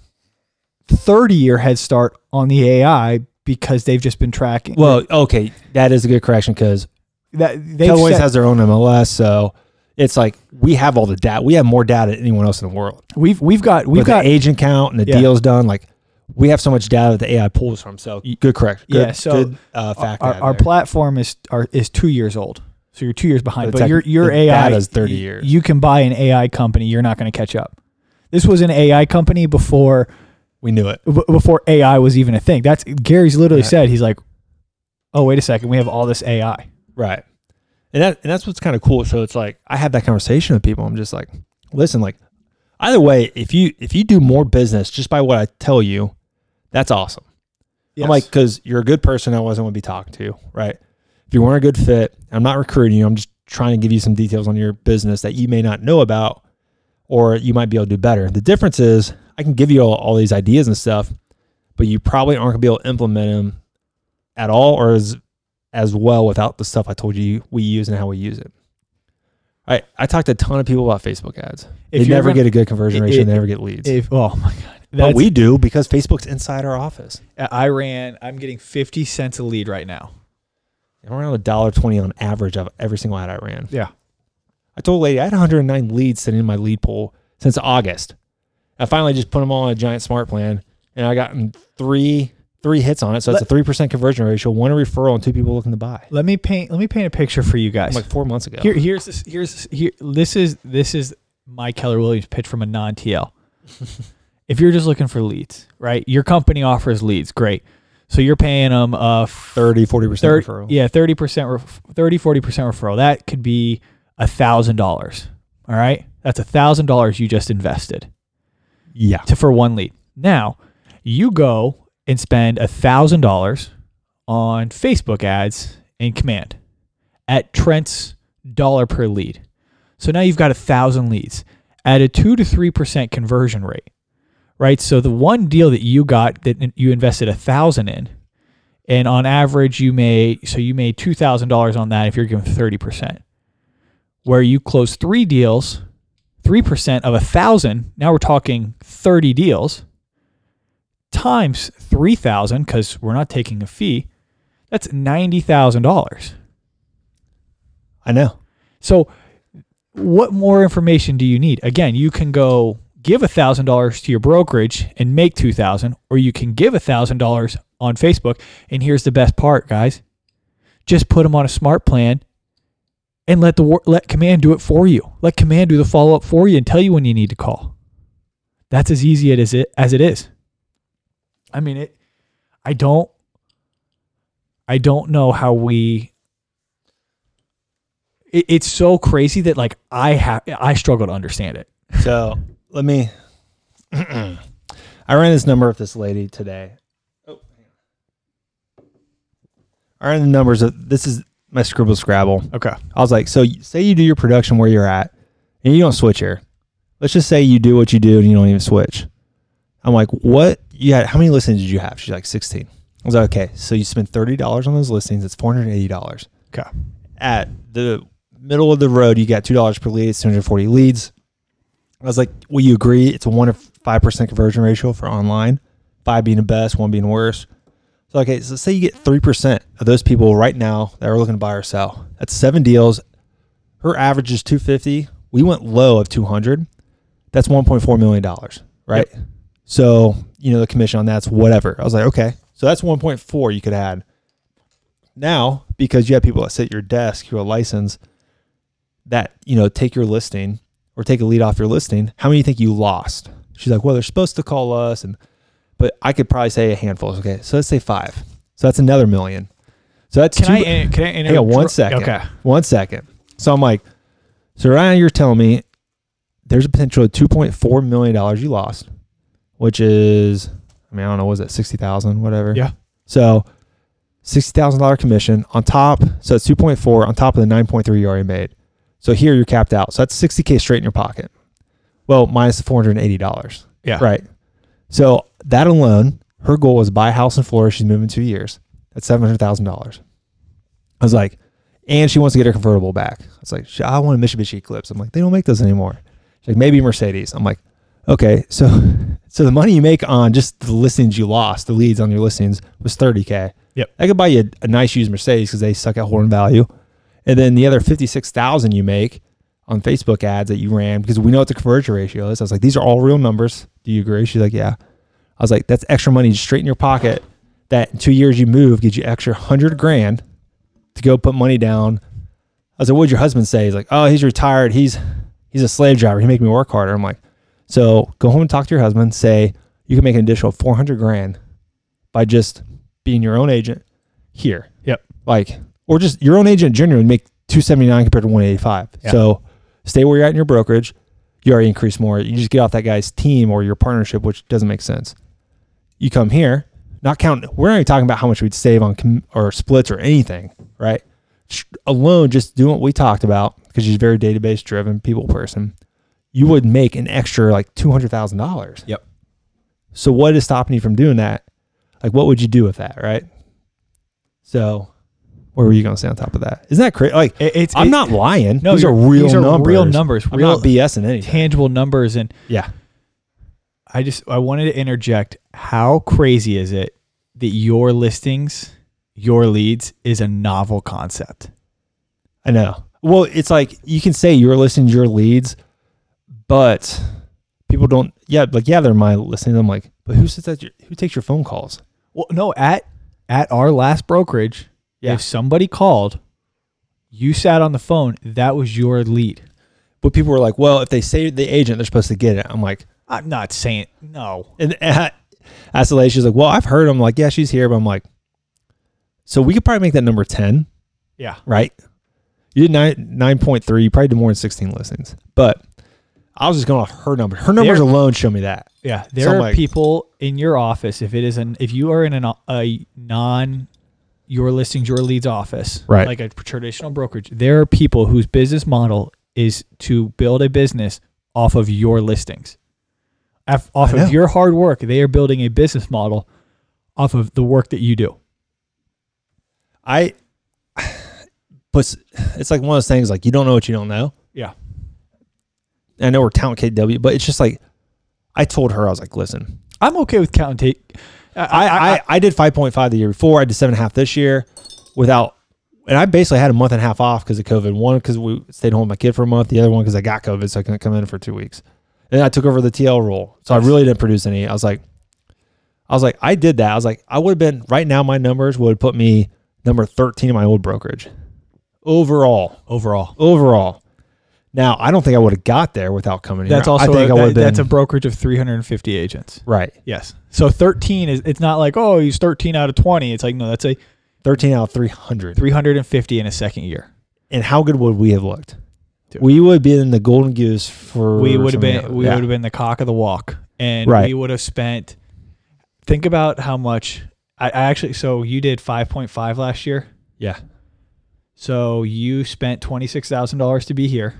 Speaker 2: 30-year head start on the AI because they've just been tracking.
Speaker 1: Well, okay, that is a good correction because
Speaker 2: that they've
Speaker 1: Keller Williams
Speaker 2: set-
Speaker 1: has their own MLS, so it's like we have all the data. We have more data than anyone else in the world.
Speaker 2: we've we've got we've
Speaker 1: With
Speaker 2: got
Speaker 1: the agent count and the
Speaker 2: Yeah.
Speaker 1: deals done, like we have so much data that the AI pulls from. So good, correct. Good,
Speaker 2: yeah, so
Speaker 1: good, uh, fact.
Speaker 2: our,
Speaker 1: add
Speaker 2: our
Speaker 1: there.
Speaker 2: platform is are, is two years old, so you're two years behind.
Speaker 1: But
Speaker 2: But, your
Speaker 1: tech-
Speaker 2: your
Speaker 1: the
Speaker 2: AI
Speaker 1: data's 30
Speaker 2: y-
Speaker 1: years.
Speaker 2: You can buy an AI company, you're not going to catch up. This was an AI company before
Speaker 1: we knew it.
Speaker 2: b- before AI was even a thing. That's Gary's literally
Speaker 1: Right.
Speaker 2: said he's like, oh wait a second, we have all this AI.
Speaker 1: Right. And that and that's what's kind of cool. So it's like I have that conversation with people. I'm just like, listen, like either way, if you if you do more business just by what I tell you, that's awesome. I'm like, because you're a good person. I wasn't going to be talking to, right? If you weren't a good fit, I'm not recruiting you. I'm just trying to give you some details on your business that you may not know about, or you might be able to do better. The difference is I can give you all, all these ideas and stuff, but you probably aren't going to be able to implement them at all or as as well without the stuff I told you we use and how we use it. I, I talked to a ton of people about Facebook ads.
Speaker 2: If
Speaker 1: they
Speaker 2: you're
Speaker 1: never
Speaker 2: gonna-
Speaker 1: get a good conversion
Speaker 2: i-
Speaker 1: ratio.
Speaker 2: i-
Speaker 1: they never get leads.
Speaker 2: If oh my god,
Speaker 1: but
Speaker 2: that's,
Speaker 1: we do because Facebook's inside our office.
Speaker 2: I ran. I'm getting fifty cents a lead right now.
Speaker 1: And we're around a dollar twenty on average of every single ad I ran.
Speaker 2: Yeah.
Speaker 1: I told a lady I had 109 leads sitting in my lead pool since August. I finally just put them all on a giant smart plan, and I gotten three three hits on it. So it's a
Speaker 2: Let-
Speaker 1: three percent conversion ratio, one a referral, and two people looking to buy.
Speaker 2: Let me paint. Let me paint a picture for you guys.
Speaker 1: Like four months ago.
Speaker 2: Here, here's this. Here's this, here. This is this is my Keller Williams pitch from a non-TL. if you're just looking for leads, right? Your company offers leads, great. So you're paying them a
Speaker 1: 30, 40 percent referral.
Speaker 2: Yeah, 30%, ref- 30, 40% referral. That could be a $1,000. All right. That's a $1,000 you just invested
Speaker 1: yeah.
Speaker 2: to for one lead. Now, you go and spend a $1,000 on Facebook ads in command at Trent's dollar per lead. So now you've got a 1,000 leads at a 2 to 3% conversion rate. Right? So the one deal that you got that you invested a 1,000 in and on average you made so you made $2,000 on that if you're giving 30%. Where you close 3 deals three percent of a thousand. Now we're talking thirty deals times three thousand because we're not taking a fee. That's ninety thousand dollars.
Speaker 1: I know.
Speaker 2: So, what more information do you need? Again, you can go give a thousand dollars to your brokerage and make two thousand, or you can give a thousand dollars on Facebook. And here's the best part, guys: just put them on a smart plan and let the wor- let Command do it for you. Let Command do the follow up for you and tell you when you need to call. That's as easy it is it as it is. I mean it. I don't. I don't know how we it, it's so crazy that like I have I struggle to understand it.
Speaker 1: So let me. I ran this number with this lady today. Oh, I ran the numbers. Of, this is my scribble scrabble.
Speaker 2: Okay.
Speaker 1: I was like, so y- say you do your production where you're at and you don't switch here. Let's just say you do what you do and you don't even switch. I'm like, what? You had, how many listings did you have? She's like, 16. I was like, okay. So you spend $30 on those listings. It's $480.
Speaker 2: Okay.
Speaker 1: At the middle of the road, you got $2 per lead. It's 240 leads. I was like, will you agree? It's a one to 5% conversion ratio for online, five being the best, one being worse. So, okay, so say you get 3% of those people right now that are looking to buy or sell. That's seven deals. Her average is 250. We went low of 200. That's $1.4 million, right? So, you know, the commission on that's whatever. I was like, okay, so that's 1.4 you could add. Now, because you have people that sit at your desk who are licensed that, you know, take your listing or take a lead off your listing, how many you think you lost? She's like, well, they're supposed to call us and but I could probably say a handful. Okay, so let's say five. So that's another million. So that's
Speaker 2: Can
Speaker 1: two,
Speaker 2: I? in- Can I? in-
Speaker 1: Hang on one second.
Speaker 2: Okay.
Speaker 1: One second. So I'm like, so right now you're telling me there's a potential of two point four million dollars you lost, which is I mean, I don't know, was that sixty thousand, whatever.
Speaker 2: Yeah.
Speaker 1: So sixty thousand dollar commission on top, so it's two point four on top of the nine point three you already made. So here you're capped out. So that's sixty K straight in your pocket. Well, minus the four hundred and eighty dollars.
Speaker 2: Yeah.
Speaker 1: Right. So that alone, her goal was buy a house in Florida. She's moving in two years. That's seven hundred thousand dollars. I was like, and she wants to get her convertible back. I was like, "Sh- I want a Mitsubishi Eclipse. I'm like, they don't make those anymore. She's like, maybe Mercedes. I'm like, okay, so so the money you make on just the listings you lost, the leads on your listings was 30k.
Speaker 2: Yep.
Speaker 1: I could buy you a, a nice used Mercedes because they suck at horn value, and then the other 56,000 you make on Facebook ads that you ran because we know what the conversion ratio is. I was like, these are all real numbers. Do you agree? She's like, yeah. I was like, that's extra money just straight in your pocket. That in two years you move gives you extra hundred grand to go put money down. I was like, what'd your husband say? He's like, oh, he's retired. He's he's a slave driver. He make me work harder. I'm like, so go home and talk to your husband. Say you can make an additional 400 grand by just being your own agent here.
Speaker 2: Yep.
Speaker 1: Like, or just your own agent in general would make 279 compared to 185.
Speaker 2: Yeah.
Speaker 1: So stay where you're at in your brokerage. You already increase more. You just get off that guy's team or your partnership, which doesn't make sense. You come here, not counting. We're not even talking about how much we'd save on com- or splits or anything, right? Sh- Alone, just doing what we talked about because she's a very database driven people person you would make an extra like two hundred thousand dollars.
Speaker 2: Yep.
Speaker 1: So what is stopping you from doing that? Like, what would you do with that, right? So, What were you going to say on top of that? Isn't that crazy? Like,
Speaker 2: It- it's
Speaker 1: I'm
Speaker 2: it-
Speaker 1: not lying.
Speaker 2: No,
Speaker 1: these are
Speaker 2: you're-
Speaker 1: real
Speaker 2: these are
Speaker 1: numbers.
Speaker 2: real numbers,
Speaker 1: I'm
Speaker 2: real-
Speaker 1: not BSing anything.
Speaker 2: tangible numbers and
Speaker 1: Yeah.
Speaker 2: I just I wanted to interject. How crazy is it that your listings, your leads, is a novel concept?
Speaker 1: I know. Well, it's like you can say you're listening to your leads, but people don't. Yeah, like yeah, they're my listening. I'm like, but who sits at your, who takes your phone calls?
Speaker 2: Well, no, at at our last brokerage,
Speaker 1: Yeah.
Speaker 2: if somebody called, you sat on the phone. That was your lead.
Speaker 1: But people were like, well, if they say the agent, they're supposed to get it. I'm like,
Speaker 2: I'm not saying no.
Speaker 1: and, and asked the lady, she's like, well, I've heard. I'm like, yeah, she's here, but I'm like, so we could probably make that number ten,
Speaker 2: Yeah,
Speaker 1: right? You did nine nine point three. You probably did more than sixteen listings, but I was just going off her number. Her numbers
Speaker 2: There-
Speaker 1: alone show me that.
Speaker 2: yeah. There
Speaker 1: So I'm
Speaker 2: are
Speaker 1: like-
Speaker 2: people in your office. If it is an if you are in an, o- a non your listings your leads office,
Speaker 1: Right.
Speaker 2: Like a traditional brokerage, there are people whose business model is to build a business off of your listings, Af- off
Speaker 1: know.
Speaker 2: of your hard work. They are building a business model off of the work that you do.
Speaker 1: I, but s- it's like one of those things like you don't know what you don't know.
Speaker 2: Yeah.
Speaker 1: I know we're talent KW, but it's just like I told her I was like, listen,
Speaker 2: I'm okay with count and take.
Speaker 1: I I, I, did five point five the year before. I did seven and a half this year, without, and I basically had a month and a half off because of COVID. One because we stayed home with my kid for a month. The other one because I got COVID, so I couldn't come in for two weeks. And I took over the TL role, so I really didn't produce any. I was like, I was like, I did that. I was like, I would have been right now. My numbers would put me number thirteen in my old brokerage overall.
Speaker 2: overall.
Speaker 1: Overall, now I don't think I would have got there without coming here.
Speaker 2: That's also
Speaker 1: I think I
Speaker 2: a,
Speaker 1: would
Speaker 2: that-
Speaker 1: have been
Speaker 2: that's a brokerage of 350 agents.
Speaker 1: right
Speaker 2: Yes. So 13 is it's not like oh he's 13 out of 20. It's like no that's a
Speaker 1: thirteen out of three hundred.
Speaker 2: 350 in a second year.
Speaker 1: and how good would we have looked?
Speaker 2: Dude.
Speaker 1: We would have been the golden goose for.
Speaker 2: We would have been
Speaker 1: something else.
Speaker 2: we
Speaker 1: Yeah.
Speaker 2: would have been the cock of the walk, and
Speaker 1: Right.
Speaker 2: we would have spent. Think about how much I, I actually. So you did 5.5 last year.
Speaker 1: Yeah.
Speaker 2: So you spent twenty six thousand dollars to be here.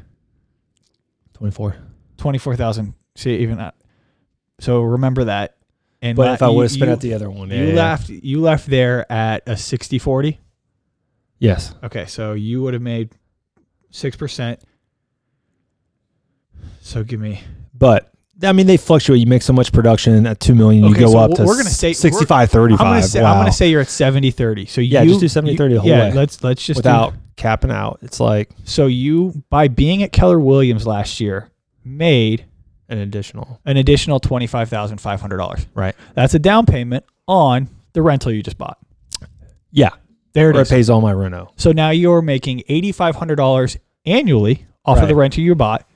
Speaker 1: twenty four.
Speaker 2: Twenty four thousand. See even. Not, so remember that. And
Speaker 1: But
Speaker 2: la-
Speaker 1: if I
Speaker 2: you-
Speaker 1: would have spent
Speaker 2: you-
Speaker 1: at the other one, yeah,
Speaker 2: you
Speaker 1: yeah, yeah.
Speaker 2: left you left there at a 60 40
Speaker 1: Yes,
Speaker 2: okay so you would have made 6% so give me
Speaker 1: but I mean they fluctuate. You make so much production at two million, you
Speaker 2: Okay,
Speaker 1: go
Speaker 2: so
Speaker 1: up
Speaker 2: we're-
Speaker 1: to
Speaker 2: we're gonna say-
Speaker 1: 65,
Speaker 2: I'm
Speaker 1: 35.
Speaker 2: gonna, say,
Speaker 1: wow.
Speaker 2: I'm gonna say you're at 70 30 so
Speaker 1: Yeah,
Speaker 2: you,
Speaker 1: just do 70-30 the whole
Speaker 2: yeah
Speaker 1: way.
Speaker 2: let's let's just do-
Speaker 1: without capping out, it's like
Speaker 2: so you by being at keller williams last year made
Speaker 1: an additional.
Speaker 2: an additional $25500
Speaker 1: Right.
Speaker 2: that's a down payment on the rental you just bought
Speaker 1: Yeah,
Speaker 2: there it
Speaker 1: or
Speaker 2: is
Speaker 1: it pays all my reno.
Speaker 2: So now you're making eighty five hundred dollars annually off of
Speaker 1: Right.
Speaker 2: the renter you bought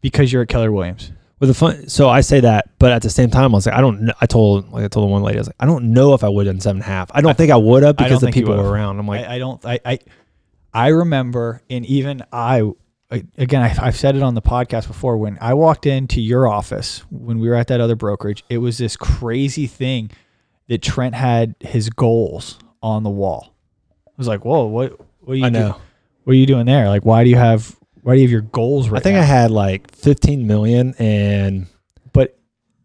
Speaker 2: because you're at Keller Williams.
Speaker 1: With the fun, so I say that, but at the same time, I was like, I don't. Kn- I told like I told the one lady, I was like, I don't know if I would in seven and a half. I don't think I would have
Speaker 2: I don't
Speaker 1: because the
Speaker 2: think you
Speaker 1: people were
Speaker 2: would've.
Speaker 1: around. I'm like,
Speaker 2: I, I don't. I, I I remember, and even I. I- Again, I've, I've said it on the podcast before. When I walked into your office when we were at that other brokerage, it was this crazy thing that Trent had his goals on the wall. I was like, "Whoa, what? What are you?
Speaker 1: I
Speaker 2: do-
Speaker 1: know.
Speaker 2: what are you doing there? Like, why do you have? Why do you have your goals right
Speaker 1: I think
Speaker 2: now?
Speaker 1: I had like 15 million and
Speaker 2: but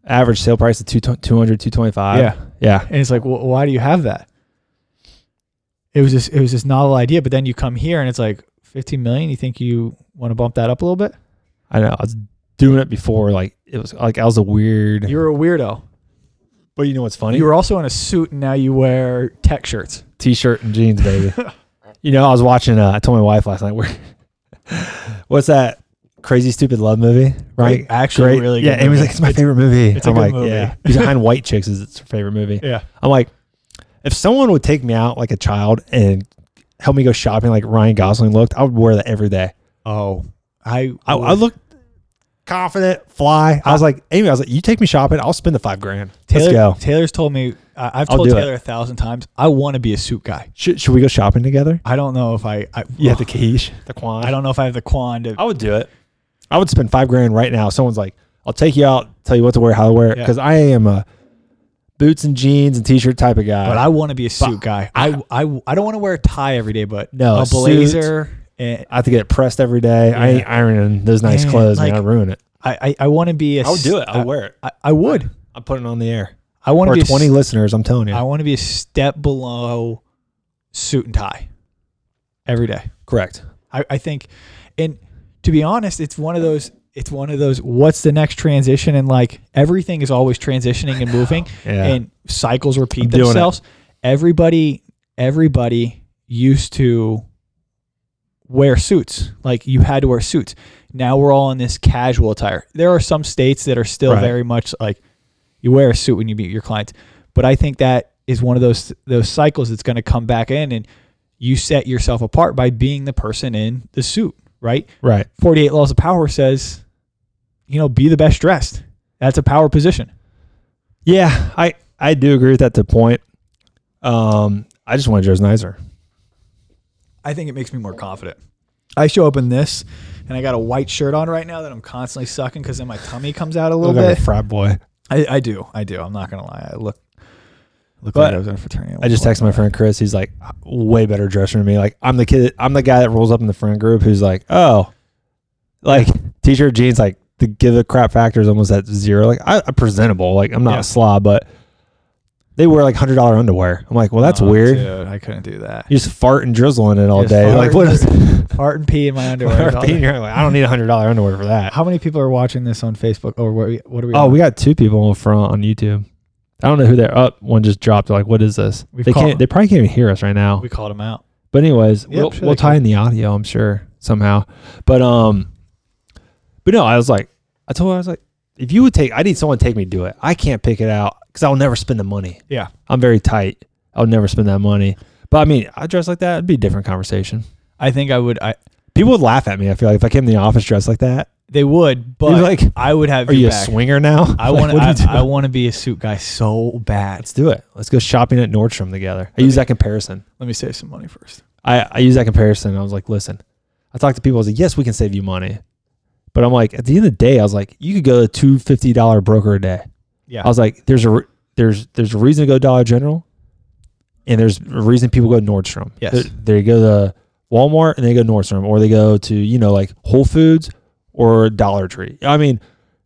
Speaker 1: average sale price of two, 200, 225.
Speaker 2: yeah,
Speaker 1: Yeah.
Speaker 2: And it's like, well, why do you have that? It was this, it was this novel idea, but then you come here and it's like 15 million. You think you want to bump that up a little bit?
Speaker 1: I know. I was doing it before. Like it was like, I was a weird,
Speaker 2: You're a weirdo.
Speaker 1: but you know what's funny?
Speaker 2: You were also in a suit and now you wear tech shirts.
Speaker 1: t-shirt and jeans, baby. you know, I was watching, uh, I told my wife last night, we're, what's that crazy, stupid love movie? Right.
Speaker 2: Great- actually
Speaker 1: Great.
Speaker 2: really
Speaker 1: Yeah.
Speaker 2: good
Speaker 1: Amy's
Speaker 2: movie.
Speaker 1: like, it's my favorite movie.
Speaker 2: it's a
Speaker 1: I'm
Speaker 2: good
Speaker 1: like,
Speaker 2: movie.
Speaker 1: yeah. Behind White Chicks is its her favorite movie.
Speaker 2: Yeah.
Speaker 1: I'm like, if someone would take me out like a child and help me go shopping like Ryan Gosling looked, I would wear that every day.
Speaker 2: Oh, I,
Speaker 1: I, I looked confident, fly. I was like, Amy, I was like, you take me shopping, I'll spend the five grand.
Speaker 2: Taylor,
Speaker 1: Let's go.
Speaker 2: Taylor's told me, I I've
Speaker 1: I'll
Speaker 2: told
Speaker 1: do it.
Speaker 2: Taylor a thousand times, I want to be a suit guy.
Speaker 1: Should, should we go shopping together?
Speaker 2: I don't know if I, I,
Speaker 1: Yeah, the Oh. quiche, the quan.
Speaker 2: I don't know if I have the quan to,
Speaker 1: I would do it. I would spend five grand right now. Someone's like, I'll take you out, tell you what to wear, how to wear it,
Speaker 2: Yeah.
Speaker 1: because I am a boots and jeans and t-shirt type of guy.
Speaker 2: but I want to be a suit guy. I, I, I don't want to wear a tie every day, but
Speaker 1: No,
Speaker 2: a
Speaker 1: a suit.
Speaker 2: blazer eh, and
Speaker 1: I have to get it pressed every day. I
Speaker 2: Yeah.
Speaker 1: ain't ironing those nice
Speaker 2: Man,
Speaker 1: clothes,
Speaker 2: like-
Speaker 1: man. I ruin it.
Speaker 2: I I, I want to be a.
Speaker 1: I would do it. I
Speaker 2: I
Speaker 1: would wear it.
Speaker 2: I, I would.
Speaker 1: I'm putting it on the air.
Speaker 2: I want
Speaker 1: For
Speaker 2: to be
Speaker 1: 20
Speaker 2: A, s-
Speaker 1: listeners, I'm telling you.
Speaker 2: I want to be a step below suit and tie. every day.
Speaker 1: Correct.
Speaker 2: I, I think, and to be honest, it's one of those. It's one of those. What's the next transition? And like everything is always transitioning and moving,
Speaker 1: Yeah.
Speaker 2: and cycles repeat
Speaker 1: I'm doing it.
Speaker 2: themselves. Everybody, everybody used to wear suits. Like you had to wear suits. Now we're all in this casual attire. There are some states that are still
Speaker 1: Right.
Speaker 2: very much like you wear a suit when you meet your clients. But I think that is one of those those cycles that's going to come back in, and you set yourself apart by being the person in the suit, right?
Speaker 1: right.
Speaker 2: 48 laws of power says, you know, be the best dressed. That's a power position.
Speaker 1: Yeah, I I do agree with that to a point. Um, I just want to dress nicer.
Speaker 2: I think it makes me more confident. I show up in this, and I got a white shirt on right now that I'm constantly sucking because then my tummy comes out a little
Speaker 1: Look like
Speaker 2: bit.
Speaker 1: a frat boy.
Speaker 2: I, I do, I do. I'm not gonna lie. I look, look
Speaker 1: But
Speaker 2: like I was in a fraternity.
Speaker 1: I just texted my friend Chris. He's like way better dresser than me. Like I'm the kid. I'm the guy that rolls up in the friend group who's like, oh, like t-shirt jeans. Like the give the crap factor is almost at zero. Like I, I'm presentable. Like I'm not
Speaker 2: Yeah.
Speaker 1: a slob, but they wear like hundred dollar underwear. I'm like, well, that's
Speaker 2: Oh,
Speaker 1: weird.
Speaker 2: Dude, I couldn't do that.
Speaker 1: You just fart and drizzle in it all
Speaker 2: Just
Speaker 1: day.
Speaker 2: fart
Speaker 1: Like
Speaker 2: and
Speaker 1: what is?
Speaker 2: Fart and pee in my underwear.
Speaker 1: fart and- You're like, "Oh, I don't need hundred dollar underwear for that.
Speaker 2: How many people are watching this on Facebook? Or what are we? What are we
Speaker 1: Oh,
Speaker 2: on?
Speaker 1: we got two people in front on YouTube. I don't know who they're up. One just dropped. They're like, what is this?
Speaker 2: We've
Speaker 1: they
Speaker 2: caught
Speaker 1: can't.
Speaker 2: them.
Speaker 1: They probably can't even hear us right now.
Speaker 2: we called them out.
Speaker 1: But anyways,
Speaker 2: Yeah,
Speaker 1: we'll,
Speaker 2: I'm sure
Speaker 1: we'll
Speaker 2: they
Speaker 1: tie in the audio, I'm sure somehow. But um, but no, I was like, I told her I was like, if you would take, I need someone to take me to do it. I can't pick it out because I'll never spend the money.
Speaker 2: Yeah.
Speaker 1: I'm very tight. I'll never spend that money. But I mean, I dress like that. It'd be a different conversation.
Speaker 2: I think I would. I
Speaker 1: People would laugh at me. I feel like if I came to the office dressed like that,
Speaker 2: they would,
Speaker 1: they'd
Speaker 2: but
Speaker 1: be like,
Speaker 2: I would have.
Speaker 1: are you a
Speaker 2: back.
Speaker 1: swinger now?
Speaker 2: I
Speaker 1: Like,
Speaker 2: want.
Speaker 1: what are you
Speaker 2: to.
Speaker 1: doing?
Speaker 2: I, want to be a suit guy so bad.
Speaker 1: Let's do it. Let's go shopping at Nordstrom together. I
Speaker 2: Let
Speaker 1: use
Speaker 2: me-
Speaker 1: that comparison.
Speaker 2: Let me save some money first.
Speaker 1: I, I use that comparison. I was like, listen, I talked to people. I was like, yes, we can save you money. But I'm like, at the end of the day, I was like, you could go to two fifty dollar broker a day.
Speaker 2: Yeah.
Speaker 1: I was like, there's a re- there's there's a reason to go Dollar General, and there's a reason people go to Nordstrom.
Speaker 2: Yes.
Speaker 1: they, they go to Walmart and they go to Nordstrom, or they go to you know like Whole Foods or Dollar Tree. I mean,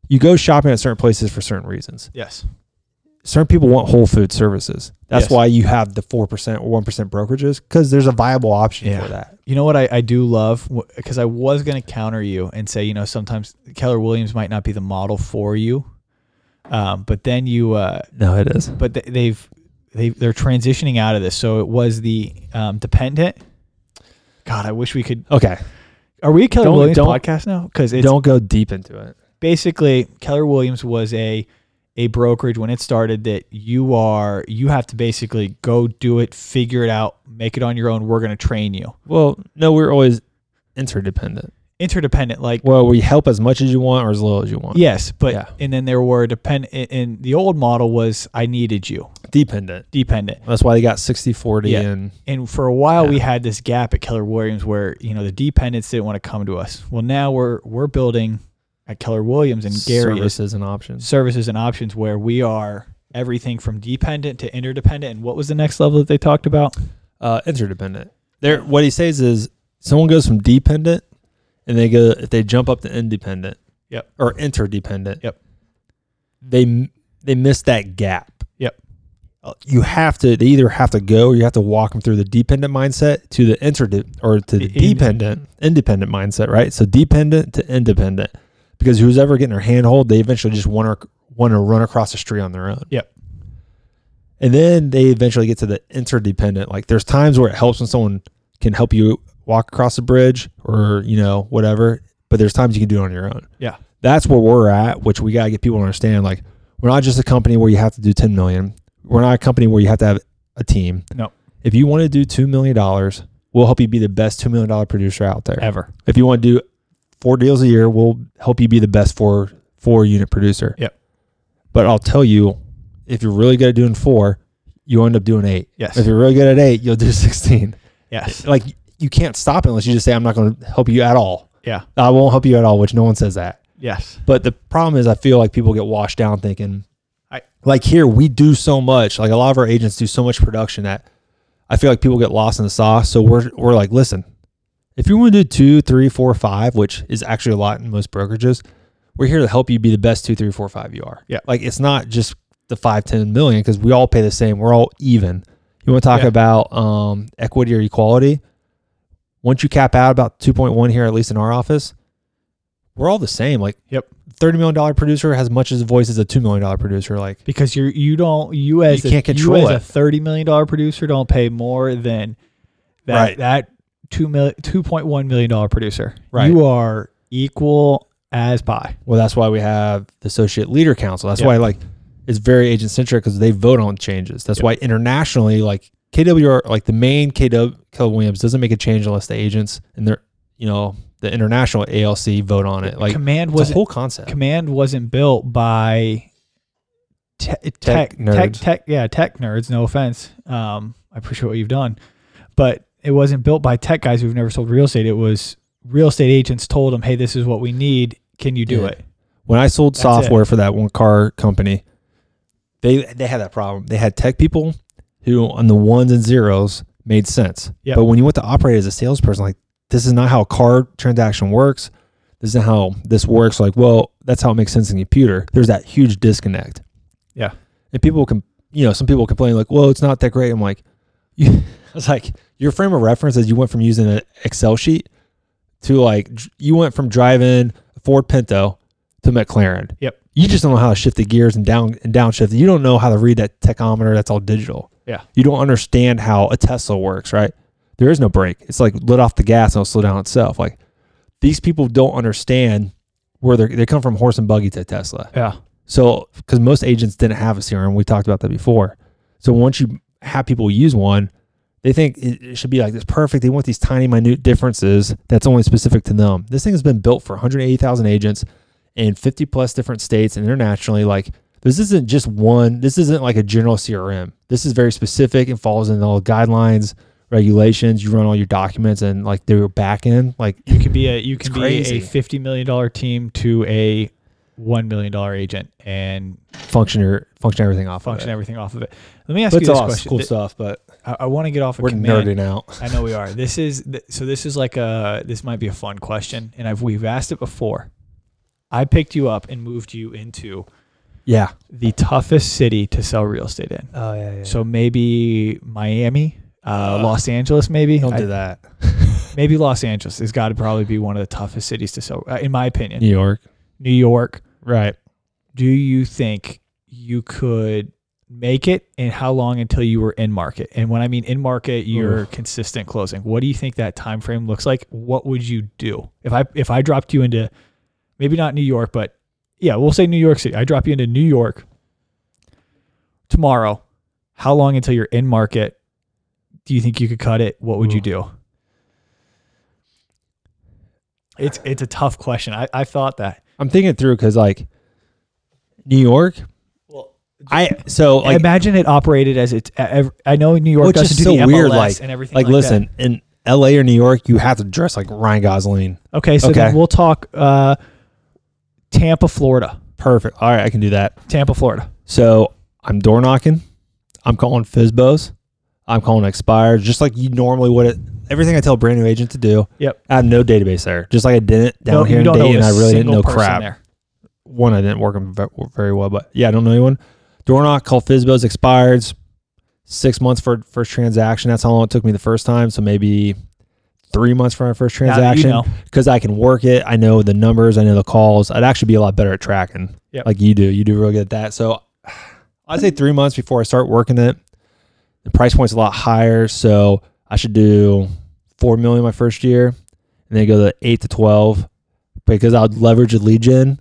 Speaker 1: you go shopping at certain places for certain reasons
Speaker 2: yes.
Speaker 1: certain people want whole food services. That's
Speaker 2: Yes.
Speaker 1: why you have the four percent or one percent brokerages because there's a viable option
Speaker 2: Yeah.
Speaker 1: for that.
Speaker 2: You know what I, I do love because I was going to counter you and say you know sometimes Keller Williams might not be the model for you, um, but then you uh,
Speaker 1: No, it is.
Speaker 2: but th- they've they they're transitioning out of this. So it was the um, dependent. God, I wish we could.
Speaker 1: Okay,
Speaker 2: Are we a Keller
Speaker 1: Don't-
Speaker 2: Williams
Speaker 1: don't-
Speaker 2: podcast now? Because it's
Speaker 1: don't go deep into it.
Speaker 2: basically Keller Williams was a a brokerage when it started that you are you have to basically go do it, figure it out, make it on your own. We're going to train you.
Speaker 1: Well, no, we're always interdependent.
Speaker 2: Interdependent, like
Speaker 1: Well, we help as much as you want or as little as you want.
Speaker 2: yes, but
Speaker 1: Yeah.
Speaker 2: and then there were depend. And and the old model was I needed you,
Speaker 1: Dependent.
Speaker 2: dependent.
Speaker 1: That's why they got 60 40
Speaker 2: Yeah.
Speaker 1: and
Speaker 2: And for a while,
Speaker 1: Yeah.
Speaker 2: we had this gap at Keller Williams where you know the dependents didn't want to come to us. Well, now we're we're building at Keller Williams and Gary is
Speaker 1: services and options.
Speaker 2: services and options where we are everything from dependent to interdependent. And what was the next level that they talked about?
Speaker 1: Uh, interdependent. There, what he says is someone goes from dependent and they go if they jump up to independent.
Speaker 2: Yep.
Speaker 1: Or interdependent.
Speaker 2: Yep.
Speaker 1: They m- they miss that gap.
Speaker 2: Yep.
Speaker 1: Uh, You have to. They either have to go. Or you have to walk them through the dependent mindset to the interde or to the
Speaker 2: The ind-
Speaker 1: dependent independent mindset. Right. So dependent to independent, because who's ever getting their handhold, they eventually just want to want to run across the street on their own.
Speaker 2: Yep.
Speaker 1: And then they eventually get to the interdependent. Like there's times where it helps when someone can help you walk across the bridge or, you know, whatever. But there's times you can do it on your own.
Speaker 2: Yeah.
Speaker 1: That's where we're at, which we gotta get people to understand. Like, we're not just a company where you have to do 10 million. We're not a company where you have to have a team.
Speaker 2: No.
Speaker 1: If you want to do two million dollars, we'll help you be the best two million dollar producer out there.
Speaker 2: Ever.
Speaker 1: If you want to do four deals a year, we'll help you be the best four four unit producer.
Speaker 2: Yep.
Speaker 1: But I'll tell you, if you're really good at doing four, you end up doing eight.
Speaker 2: Yes.
Speaker 1: If you're really good at eight, you'll do sixteen.
Speaker 2: Yes.
Speaker 1: Like you can't stop unless you just say, "I'm not going to help you at all.
Speaker 2: Yeah.
Speaker 1: I won't help you at all," which no one says that.
Speaker 2: Yes.
Speaker 1: But the problem is, I feel like people get washed down thinking,
Speaker 2: I-
Speaker 1: like here we do so much. Like a lot of our agents do so much production that I feel like people get lost in the sauce. So we're we're like, listen, if you want to do two, three, four, five, which is actually a lot in most brokerages, we're here to help you be the best two, three, four, five you are.
Speaker 2: Yeah.
Speaker 1: like it's not just the five, ten million because we all pay the same. We're all even. You want to talk
Speaker 2: Yeah.
Speaker 1: about um, equity or equality? once you cap out about 2.1 here, at least in our office, we're all the same. Like,
Speaker 2: Yep.
Speaker 1: $30 million producer has much as a voice as a $2 million producer. Like,
Speaker 2: because you're you don't you as
Speaker 1: You
Speaker 2: a,
Speaker 1: can't control
Speaker 2: you as
Speaker 1: it.
Speaker 2: a thirty million dollar producer don't pay more than that
Speaker 1: Right.
Speaker 2: that two mil two point one million dollar producer.
Speaker 1: Right.
Speaker 2: You are equal as pie.
Speaker 1: well, that's why we have the Associate Leader Council. That's
Speaker 2: Yep.
Speaker 1: why, like, it's very agent centric because they vote on changes. That's why internationally, like, KWR, like the main KW Keller Williams doesn't make a change unless the agents and their, you know, the international ALC vote on it. Like,
Speaker 2: command
Speaker 1: it's a
Speaker 2: wasn't
Speaker 1: whole concept.
Speaker 2: command wasn't built by te- tech tech tech
Speaker 1: nerds.
Speaker 2: tech yeah tech nerds. No offense. Um, I appreciate what you've done, but it wasn't built by tech guys who've never sold real estate. It was real estate agents told them, "Hey, this is what we need. Can you do
Speaker 1: Yeah.
Speaker 2: it?"
Speaker 1: when I sold
Speaker 2: That's
Speaker 1: software for that one car company, they they had that problem. They had tech people who on the ones and zeros made sense.
Speaker 2: Yep.
Speaker 1: But when you went to operate as a salesperson, like this is not how a car transaction works. This is how this works. Like, well, that's how it makes sense in the computer. There's that huge disconnect.
Speaker 2: Yeah.
Speaker 1: And people can you know, some people complain like, well, it's not that great. I'm like, you, I was like, your frame of reference is you went from using an Excel sheet to like, dr- you went from driving a Ford Pinto to McLaren.
Speaker 2: Yep.
Speaker 1: You just don't know how to shift the gears and down and downshift. You don't know how to read that tachometer. That's all digital.
Speaker 2: Yeah.
Speaker 1: You don't understand how a Tesla works, right? There is no brake. It's like let off the gas and it'll slow down itself. Like these people don't understand where they they come from horse and buggy to Tesla.
Speaker 2: Yeah.
Speaker 1: So, because most agents didn't have a CRM, we talked about that before. So once you have people use one, they think it, it should be like this perfect. They want these tiny, minute differences that's only specific to them. This thing has been built for 180,000 agents in 50 plus different states and internationally. Like this isn't just one. This isn't like a general CRM. This is very specific and follows in all guidelines, regulations. You run all your documents and like their back end. Like
Speaker 2: You could be a you can be
Speaker 1: crazy.
Speaker 2: a fifty million dollar team to a one million dollar agent and
Speaker 1: function your function everything off.
Speaker 2: function
Speaker 1: Of it.
Speaker 2: everything off of it. Let me ask
Speaker 1: But it's
Speaker 2: you this
Speaker 1: all
Speaker 2: question.
Speaker 1: cool
Speaker 2: Th-
Speaker 1: stuff. But
Speaker 2: I, want to get off of
Speaker 1: we're
Speaker 2: command.
Speaker 1: nerding out.
Speaker 2: I know we are. This is th- so. This is like a this might be a fun question, and I've we've asked it before. I picked you up and moved you into
Speaker 1: Yeah.
Speaker 2: the toughest city to sell real estate in.
Speaker 1: Oh yeah. So
Speaker 2: So maybe Miami, uh,
Speaker 1: Ugh.
Speaker 2: Los Angeles, maybe
Speaker 1: don't
Speaker 2: I-
Speaker 1: do that.
Speaker 2: maybe Los Angeles has got to probably be one of the toughest cities to sell, uh, in my opinion.
Speaker 1: New York.
Speaker 2: New York,
Speaker 1: Right.
Speaker 2: do you think you could make it and how long until you were in market and when i mean in market you're
Speaker 1: Oof.
Speaker 2: consistent closing what do you think that time frame looks like what would you do if i if i dropped you into maybe not new york but yeah we'll say new york city i drop you into new york tomorrow how long until you're in market do you think you could cut it what would you
Speaker 1: Oof.
Speaker 2: do it's it's a tough question i i thought that
Speaker 1: I'm thinking through because like New York.
Speaker 2: well
Speaker 1: I so like
Speaker 2: imagine it operated as it's. I I know New York
Speaker 1: Which
Speaker 2: doesn't
Speaker 1: is
Speaker 2: do
Speaker 1: so
Speaker 2: the MLS
Speaker 1: weird, like-
Speaker 2: and everything.
Speaker 1: like
Speaker 2: Like,
Speaker 1: listen in L.A. or New York, you have to dress like Ryan Gosling.
Speaker 2: that. okay, so then
Speaker 1: okay.
Speaker 2: we'll talk uh, Tampa, Florida.
Speaker 1: Perfect. All right, I can do that.
Speaker 2: Tampa, Florida.
Speaker 1: So I'm door knocking. I'm calling Fizbos. I'm calling expired, just like you normally would. It everything I tell a brand new agent to do.
Speaker 2: Yep.
Speaker 1: I have no database there, just like I didn't down
Speaker 2: No,
Speaker 1: here
Speaker 2: you
Speaker 1: in
Speaker 2: don't know
Speaker 1: Dayton.
Speaker 2: a
Speaker 1: I really didn't
Speaker 2: single
Speaker 1: know
Speaker 2: person
Speaker 1: crap.
Speaker 2: There.
Speaker 1: one, I didn't work them ve- very well, but yeah, I don't know anyone. Door knock, call Fizbo's expired. Six months for first transaction. That's how long it took me the first time. So maybe three months for my first
Speaker 2: Now that you
Speaker 1: transaction
Speaker 2: know.
Speaker 1: because I can work it. I know the numbers. I know the calls. I'd actually be a lot better at tracking.
Speaker 2: Yep.
Speaker 1: Like you do. You do really good at that. So I'd say three months before I start working it. The price point's a lot higher. So I should do four million my first year and then go to eight to twelve because I'd leverage a lead gen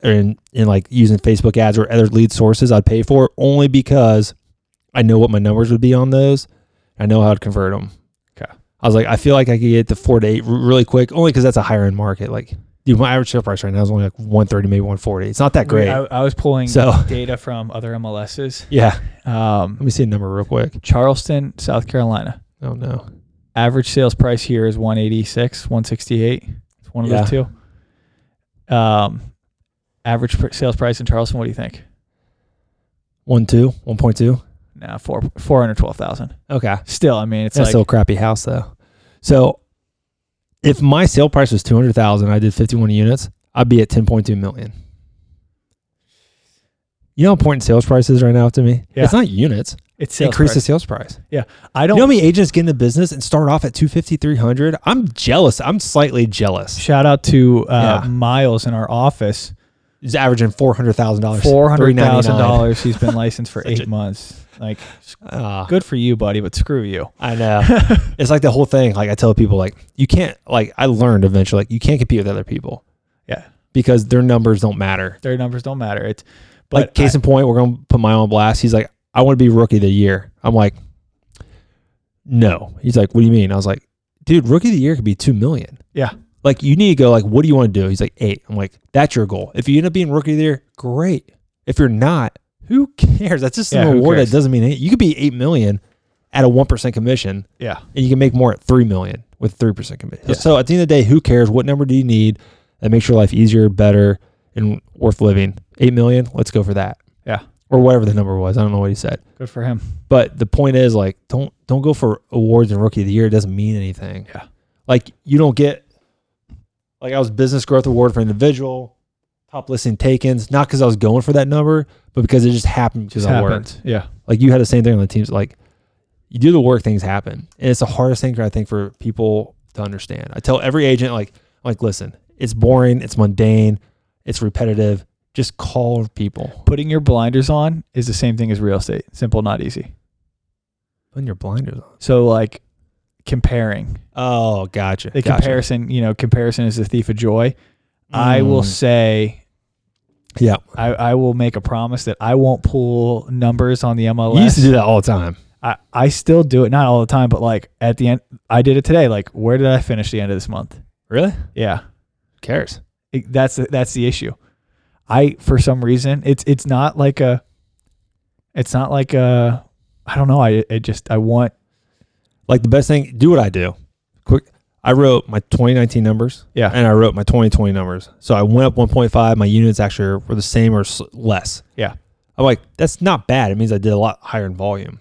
Speaker 1: and and like using Facebook ads or other lead sources I'd pay for it only because I know what my numbers would be on those. I know how to convert them.
Speaker 2: Okay.
Speaker 1: I was like, I feel like I could get to four to eight r- really quick, only because that's a higher end market. Like, dude, my average sale price right now is only like one thirty, maybe one forty. It's not that great.
Speaker 2: I, I was pulling
Speaker 1: So-
Speaker 2: data from other MLSs.
Speaker 1: yeah. Let
Speaker 2: Um,
Speaker 1: me see a number real quick.
Speaker 2: Charleston, South Carolina.
Speaker 1: Oh no.
Speaker 2: Average sales price here is 186, 168. It's one of those two. Um, average pr- sales price in Charleston. What do you think?
Speaker 1: One two, one point two.
Speaker 2: Now four four hundred twelve thousand.
Speaker 1: Okay.
Speaker 2: Still, I mean, it's
Speaker 1: That's
Speaker 2: like
Speaker 1: still a crappy house though. So if my sale price was two hundred thousand, I did fifty one units, I'd be at ten point two million. You know how important sales price is right now to me?
Speaker 2: Yeah.
Speaker 1: It's not units.
Speaker 2: It's sales
Speaker 1: increase the
Speaker 2: price.
Speaker 1: sales price.
Speaker 2: I
Speaker 1: You
Speaker 2: don't
Speaker 1: know how many agents get in the business and start off at 250, 300? I'm jealous. I'm slightly jealous.
Speaker 2: shout out to uh,
Speaker 1: Yeah.
Speaker 2: Miles in our office.
Speaker 1: He's averaging $400,000.
Speaker 2: Four hundred thousand
Speaker 1: $399.
Speaker 2: dollars. He's been licensed for
Speaker 1: Such
Speaker 2: eight
Speaker 1: a-
Speaker 2: months. Like, s-
Speaker 1: Ah,
Speaker 2: good for you, buddy, but screw you.
Speaker 1: I know. it's like the whole thing. Like I tell people, like, you can't, like, I learned eventually, like, you can't compete with other people
Speaker 2: Yeah,
Speaker 1: because their numbers don't matter.
Speaker 2: their numbers don't matter. It's but
Speaker 1: like case in point, we're gonna put my own blast. He's like, I want to be rookie of the year. I'm like, no. He's like, what do you mean? I was like, dude, rookie of the year could be two million.
Speaker 2: Yeah.
Speaker 1: Like you need to go like, what do you want to do? He's like eight. I'm like, that's your goal. If you end up being rookie of the year, great. If you're not, who cares? That's just
Speaker 2: Yeah,
Speaker 1: an
Speaker 2: who
Speaker 1: award
Speaker 2: cares?
Speaker 1: that doesn't mean anything. You could be eight million at a one percent commission,
Speaker 2: I- yeah,
Speaker 1: and you can make more at three million with three percent commission.
Speaker 2: Yeah.
Speaker 1: So at the end of the day, who cares? What number do you need that makes your life easier, better, and worth living? Eight million. Let's go for that
Speaker 2: yeah,
Speaker 1: or whatever the number was. I don't know what he said.
Speaker 2: good for him.
Speaker 1: But the point is like don't don't go for awards and rookie of the year. It doesn't mean anything.
Speaker 2: Yeah.
Speaker 1: Like you don't get like I was business growth award for individual, top listing takens, not because I was going for that number, but because it just happened because
Speaker 2: Just
Speaker 1: I
Speaker 2: happened.
Speaker 1: worked.
Speaker 2: Yeah,
Speaker 1: Like you had the same thing on the teams. Like you do the work, things happen. And it's the hardest thing I think for people to understand. I tell every agent, like, like, listen, it's boring, it's mundane, it's repetitive. Just call people.
Speaker 2: putting your blinders on is the same thing as real estate. Simple, not easy.
Speaker 1: Putting your blinders on.
Speaker 2: So like comparing
Speaker 1: Oh, gotcha.
Speaker 2: the
Speaker 1: gotcha.
Speaker 2: comparison. You know, comparison is the thief of joy. I will
Speaker 1: Mm.
Speaker 2: say.
Speaker 1: Yeah.
Speaker 2: I, I will make a promise that I won't pull numbers on the MLS.
Speaker 1: You used to do that all the time.
Speaker 2: I, I still do it not all the time, but like at the end, I did it today. Like, where did I finish the end of this month?
Speaker 1: Really?
Speaker 2: Yeah,
Speaker 1: cares?
Speaker 2: It- that's the, that's the issue. I for some reason it's it's not like a, it's not like a, I don't know. I it just I want
Speaker 1: Like the best thing, do what I do. Quick. I wrote my 2019 numbers.
Speaker 2: Yeah.
Speaker 1: And I wrote my 2020 numbers. So I went up 1.5. My units actually were the same or s- less.
Speaker 2: Yeah.
Speaker 1: I'm like, that's not bad. It means I did a lot higher in volume,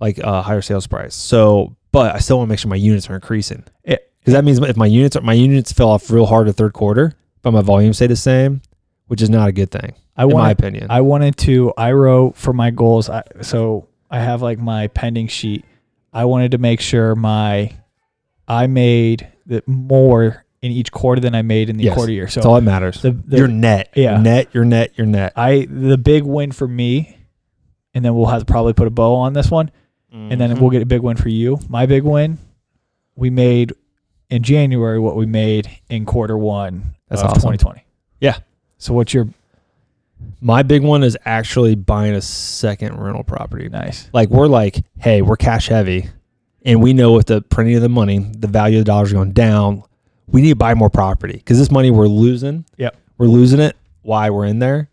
Speaker 1: like uh, higher sales price. So, but I still want to make sure my units are increasing.
Speaker 2: Yeah.
Speaker 1: Because that means if my units are, my units fell off real hard the third quarter, but my volume stayed the same, which is not a good thing,
Speaker 2: I
Speaker 1: in
Speaker 2: want
Speaker 1: my opinion.
Speaker 2: I wanted to. I wrote for my goals. I, so I have like my pending sheet. I wanted to make sure my, I made that more in each quarter than I made in the
Speaker 1: Yes.
Speaker 2: quarter year. So
Speaker 1: That's all that matters.
Speaker 2: the, the
Speaker 1: your net,
Speaker 2: yeah.
Speaker 1: net, your net, your net.
Speaker 2: I the big win for me, and then we'll have probably put a bow on this one, and
Speaker 1: Mm-hmm.
Speaker 2: then we'll get a big win for you. My big win, we made in January what we made in quarter one
Speaker 1: That's
Speaker 2: of
Speaker 1: awesome.
Speaker 2: 2020.
Speaker 1: Yeah.
Speaker 2: So what's your
Speaker 1: My big one is actually buying a second rental property.
Speaker 2: nice?
Speaker 1: Like we're like, hey, we're cash heavy, and we know with the printing of the money, the value of the dollars are going down. We need to buy more property because this money we're losing.
Speaker 2: Yep.
Speaker 1: we're losing it. Why we're in there?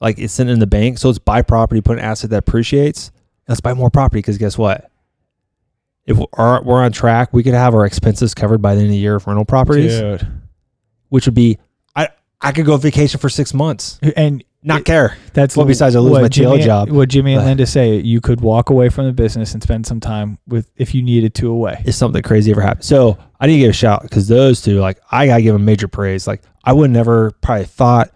Speaker 1: Like it's sitting in the bank, so it's buy property, put an asset that appreciates. and Let's buy more property because guess what? If we're, are- we're on track, we could have our expenses covered by the end of the year of rental properties, which would be I I could go vacation for six months,
Speaker 2: And
Speaker 1: not
Speaker 2: It-
Speaker 1: care.
Speaker 2: that's
Speaker 1: Well,
Speaker 2: l-
Speaker 1: besides I lose
Speaker 2: what
Speaker 1: my TL
Speaker 2: Jimmy-
Speaker 1: job.
Speaker 2: What Jimmy and
Speaker 1: But-
Speaker 2: Linda say, you could walk away from the business and spend some time with if you needed to away.
Speaker 1: if something crazy ever happened. So I need to give a shout because those two, like, I gotta give them major praise. Like, I would never probably thought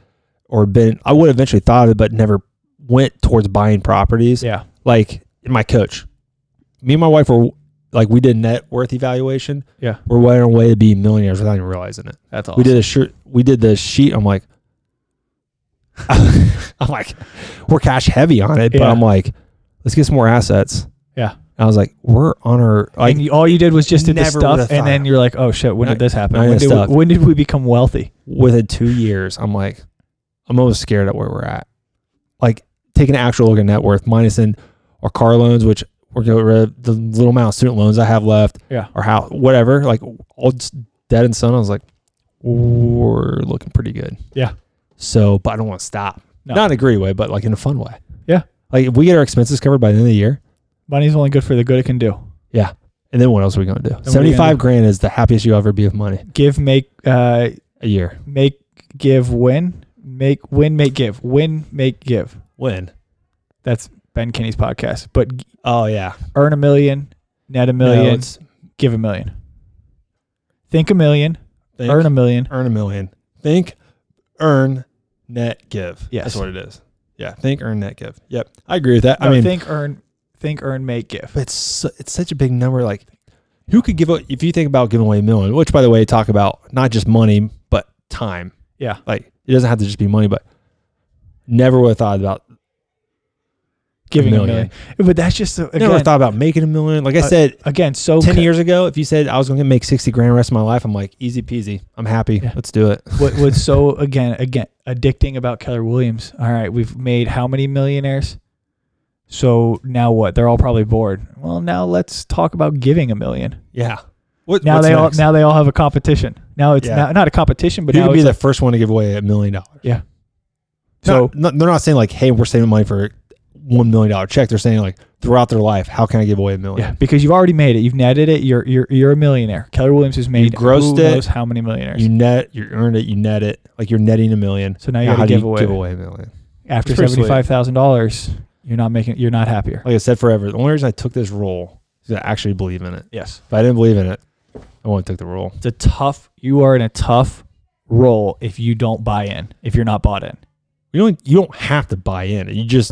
Speaker 1: or been, I would eventually thought of it, but never went towards buying properties.
Speaker 2: Yeah.
Speaker 1: Like my coach, me and my wife were like, we did net worth evaluation.
Speaker 2: Yeah.
Speaker 1: we're way on our way to be millionaires without even realizing it.
Speaker 2: That's awesome.
Speaker 1: We did a shirt, we did the sheet. I'm like, I'm like, we're cash heavy on it, but
Speaker 2: Yeah.
Speaker 1: I'm like, let's get some more assets.
Speaker 2: Yeah.
Speaker 1: I was like, we're on our like.
Speaker 2: and you, all you did was just did the
Speaker 1: Never would've
Speaker 2: stuff, and
Speaker 1: thought
Speaker 2: then
Speaker 1: of
Speaker 2: you're like, "Oh shit! When
Speaker 1: Not-
Speaker 2: did this happen?
Speaker 1: not
Speaker 2: When
Speaker 1: even
Speaker 2: did,
Speaker 1: stuff.
Speaker 2: we, when did we become wealthy?"
Speaker 1: within two years, I'm like, I'm almost scared at where we're at. Like, take an actual look at net worth, minus in our car loans, which we're going to get rid of the little amount of student loans I have left,
Speaker 2: Yeah.
Speaker 1: or how, whatever. Like, all just dead and son. I was like, we're looking pretty good.
Speaker 2: Yeah.
Speaker 1: So, but I don't want to stop.
Speaker 2: No.
Speaker 1: Not in a greedy way, but like in a fun way.
Speaker 2: Yeah.
Speaker 1: Like, if we get our expenses covered by the end of the year,
Speaker 2: Money's only good for the good it can do.
Speaker 1: and then what else are we going to do?
Speaker 2: we gonna
Speaker 1: 75
Speaker 2: do?
Speaker 1: grand is the happiest you'll ever be of money
Speaker 2: Give, make, uh,
Speaker 1: a year.
Speaker 2: make, give, win, make, win, make, give, win, make, give.
Speaker 1: When?
Speaker 2: That's Ben Kenny's podcast. But g-
Speaker 1: Oh, yeah.
Speaker 2: earn a million, net a
Speaker 1: No,
Speaker 2: million,
Speaker 1: it's-
Speaker 2: give a million. Think a million, earn a million.
Speaker 1: earn a million. Think, earn, net, give.
Speaker 2: Yes.
Speaker 1: That's what it is. Yeah. Think, earn, net, give. Yep. I agree with that. I
Speaker 2: No,
Speaker 1: mean,
Speaker 2: think, earn, think, earn, make, give.
Speaker 1: But it's su- it's such a big number. Like, who could give a, if you think about giving away a million? Which, by the way, talk about not just money but time.
Speaker 2: Yeah.
Speaker 1: Like it doesn't have to just be money, but never would have thought about
Speaker 2: Giving a
Speaker 1: million.
Speaker 2: million. But that's just uh,
Speaker 1: never
Speaker 2: again,
Speaker 1: thought about making a million. Like I
Speaker 2: Uh,
Speaker 1: said,
Speaker 2: again so
Speaker 1: ten
Speaker 2: co-
Speaker 1: years ago, if you said I was going to make sixty grand the rest of my life, I'm like easy peasy. I'm happy.
Speaker 2: Yeah.
Speaker 1: Let's do it.
Speaker 2: what, what's so again again addicting about Keller Williams? All right, we've made how many millionaires? So now what? They're all probably bored. Well, now let's talk about giving a million.
Speaker 1: Yeah. What
Speaker 2: Now
Speaker 1: what's
Speaker 2: they all
Speaker 1: next?
Speaker 2: now they all have a competition. Now it's
Speaker 1: Yeah.
Speaker 2: now, not a competition, but
Speaker 1: Who
Speaker 2: now
Speaker 1: would be
Speaker 2: it's
Speaker 1: the
Speaker 2: like-
Speaker 1: first one to give away a million dollars?
Speaker 2: Yeah.
Speaker 1: So
Speaker 2: So-
Speaker 1: they're not saying like, hey, we're saving money for one million dollar check. They're saying like throughout their life, how can I give away a million?
Speaker 2: yeah, because you've already made it. You've netted it. You're you're you're a millionaire. Keller Williams has made
Speaker 1: grossed
Speaker 2: who
Speaker 1: it.
Speaker 2: knows how many millionaires.
Speaker 1: You net, you earned it, you net it. Like you're netting a million.
Speaker 2: so now you
Speaker 1: Now,
Speaker 2: got
Speaker 1: how
Speaker 2: to
Speaker 1: do
Speaker 2: give
Speaker 1: you
Speaker 2: away.
Speaker 1: give away a million?
Speaker 2: after
Speaker 1: It's pretty sweet.
Speaker 2: seventy five thousand dollars. You're not making. You're not happier.
Speaker 1: Like I said forever, the only reason I took this role is that I actually believe in it.
Speaker 2: Yes.
Speaker 1: If I didn't believe in it, I wouldn't have took the role.
Speaker 2: it's a tough you are in a tough role if you don't buy in if you're not bought in
Speaker 1: You don't you don't have to buy in. You just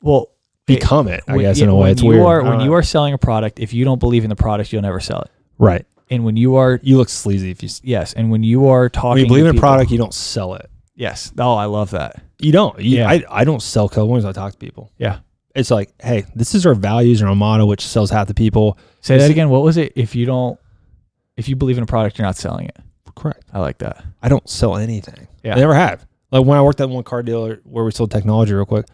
Speaker 2: well
Speaker 1: become it, I
Speaker 2: when-
Speaker 1: guess,
Speaker 2: yeah,
Speaker 1: in a way.
Speaker 2: when
Speaker 1: It's
Speaker 2: you
Speaker 1: weird.
Speaker 2: are
Speaker 1: I don't
Speaker 2: when you
Speaker 1: know.
Speaker 2: are selling a product if you don't believe in the product you'll never sell it
Speaker 1: right.
Speaker 2: and when you are
Speaker 1: You look sleazy if you s-
Speaker 2: yes and when you are talking
Speaker 1: when you believe
Speaker 2: to
Speaker 1: in a
Speaker 2: people-
Speaker 1: product, you don't sell it.
Speaker 2: yes oh i love that
Speaker 1: You don't. You,
Speaker 2: Yeah.
Speaker 1: I, I don't sell Cowboys. I talk to people.
Speaker 2: Yeah.
Speaker 1: It's like, hey, this is our values and our motto, which sells half the people.
Speaker 2: say
Speaker 1: It's-
Speaker 2: that again what was it if you don't if you believe in a product you're not selling it
Speaker 1: Correct.
Speaker 2: i like that
Speaker 1: I don't sell anything.
Speaker 2: Yeah.
Speaker 1: I never have. Like when I worked at one car dealer where we sold technology real quick,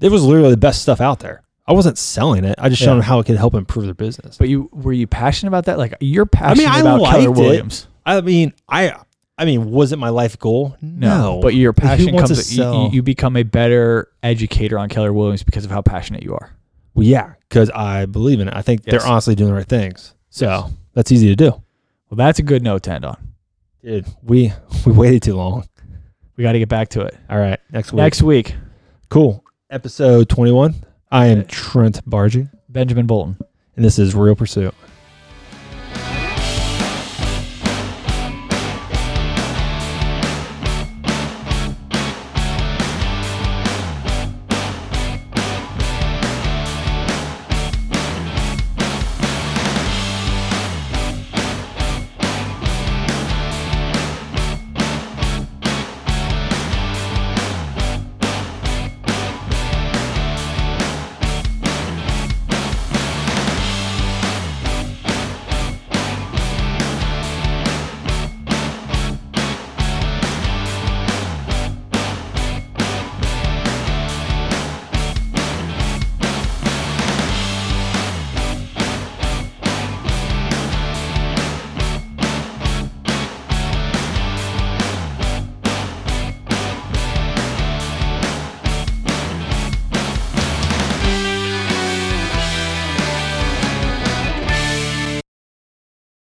Speaker 1: it was literally the best stuff out there. I wasn't selling it. I just showed
Speaker 2: Yeah.
Speaker 1: them how it could help improve their business.
Speaker 2: but you were you passionate about that like you're passionate
Speaker 1: I
Speaker 2: about Keller
Speaker 1: liked it.
Speaker 2: williams
Speaker 1: I mean, I I mean, was it my life goal? No.
Speaker 2: but your
Speaker 1: who
Speaker 2: passion
Speaker 1: wants
Speaker 2: comes
Speaker 1: to
Speaker 2: you- you-
Speaker 1: sell?
Speaker 2: you become a better educator on keller williams because of how passionate you are
Speaker 1: well, yeah, because I believe in it. I think
Speaker 2: Yes.
Speaker 1: they're honestly doing the right things. So
Speaker 2: Yes.
Speaker 1: that's easy to do.
Speaker 2: Well, that's a good note to end on.
Speaker 1: Dude, we we waited too long.
Speaker 2: We got to get back to it.
Speaker 1: All right, next week.
Speaker 2: Next week,
Speaker 1: Cool. Episode 21. I am
Speaker 2: Yeah.
Speaker 1: Trent Bargy,
Speaker 2: Benjamin Bolton.
Speaker 1: and this is Real Pursuit.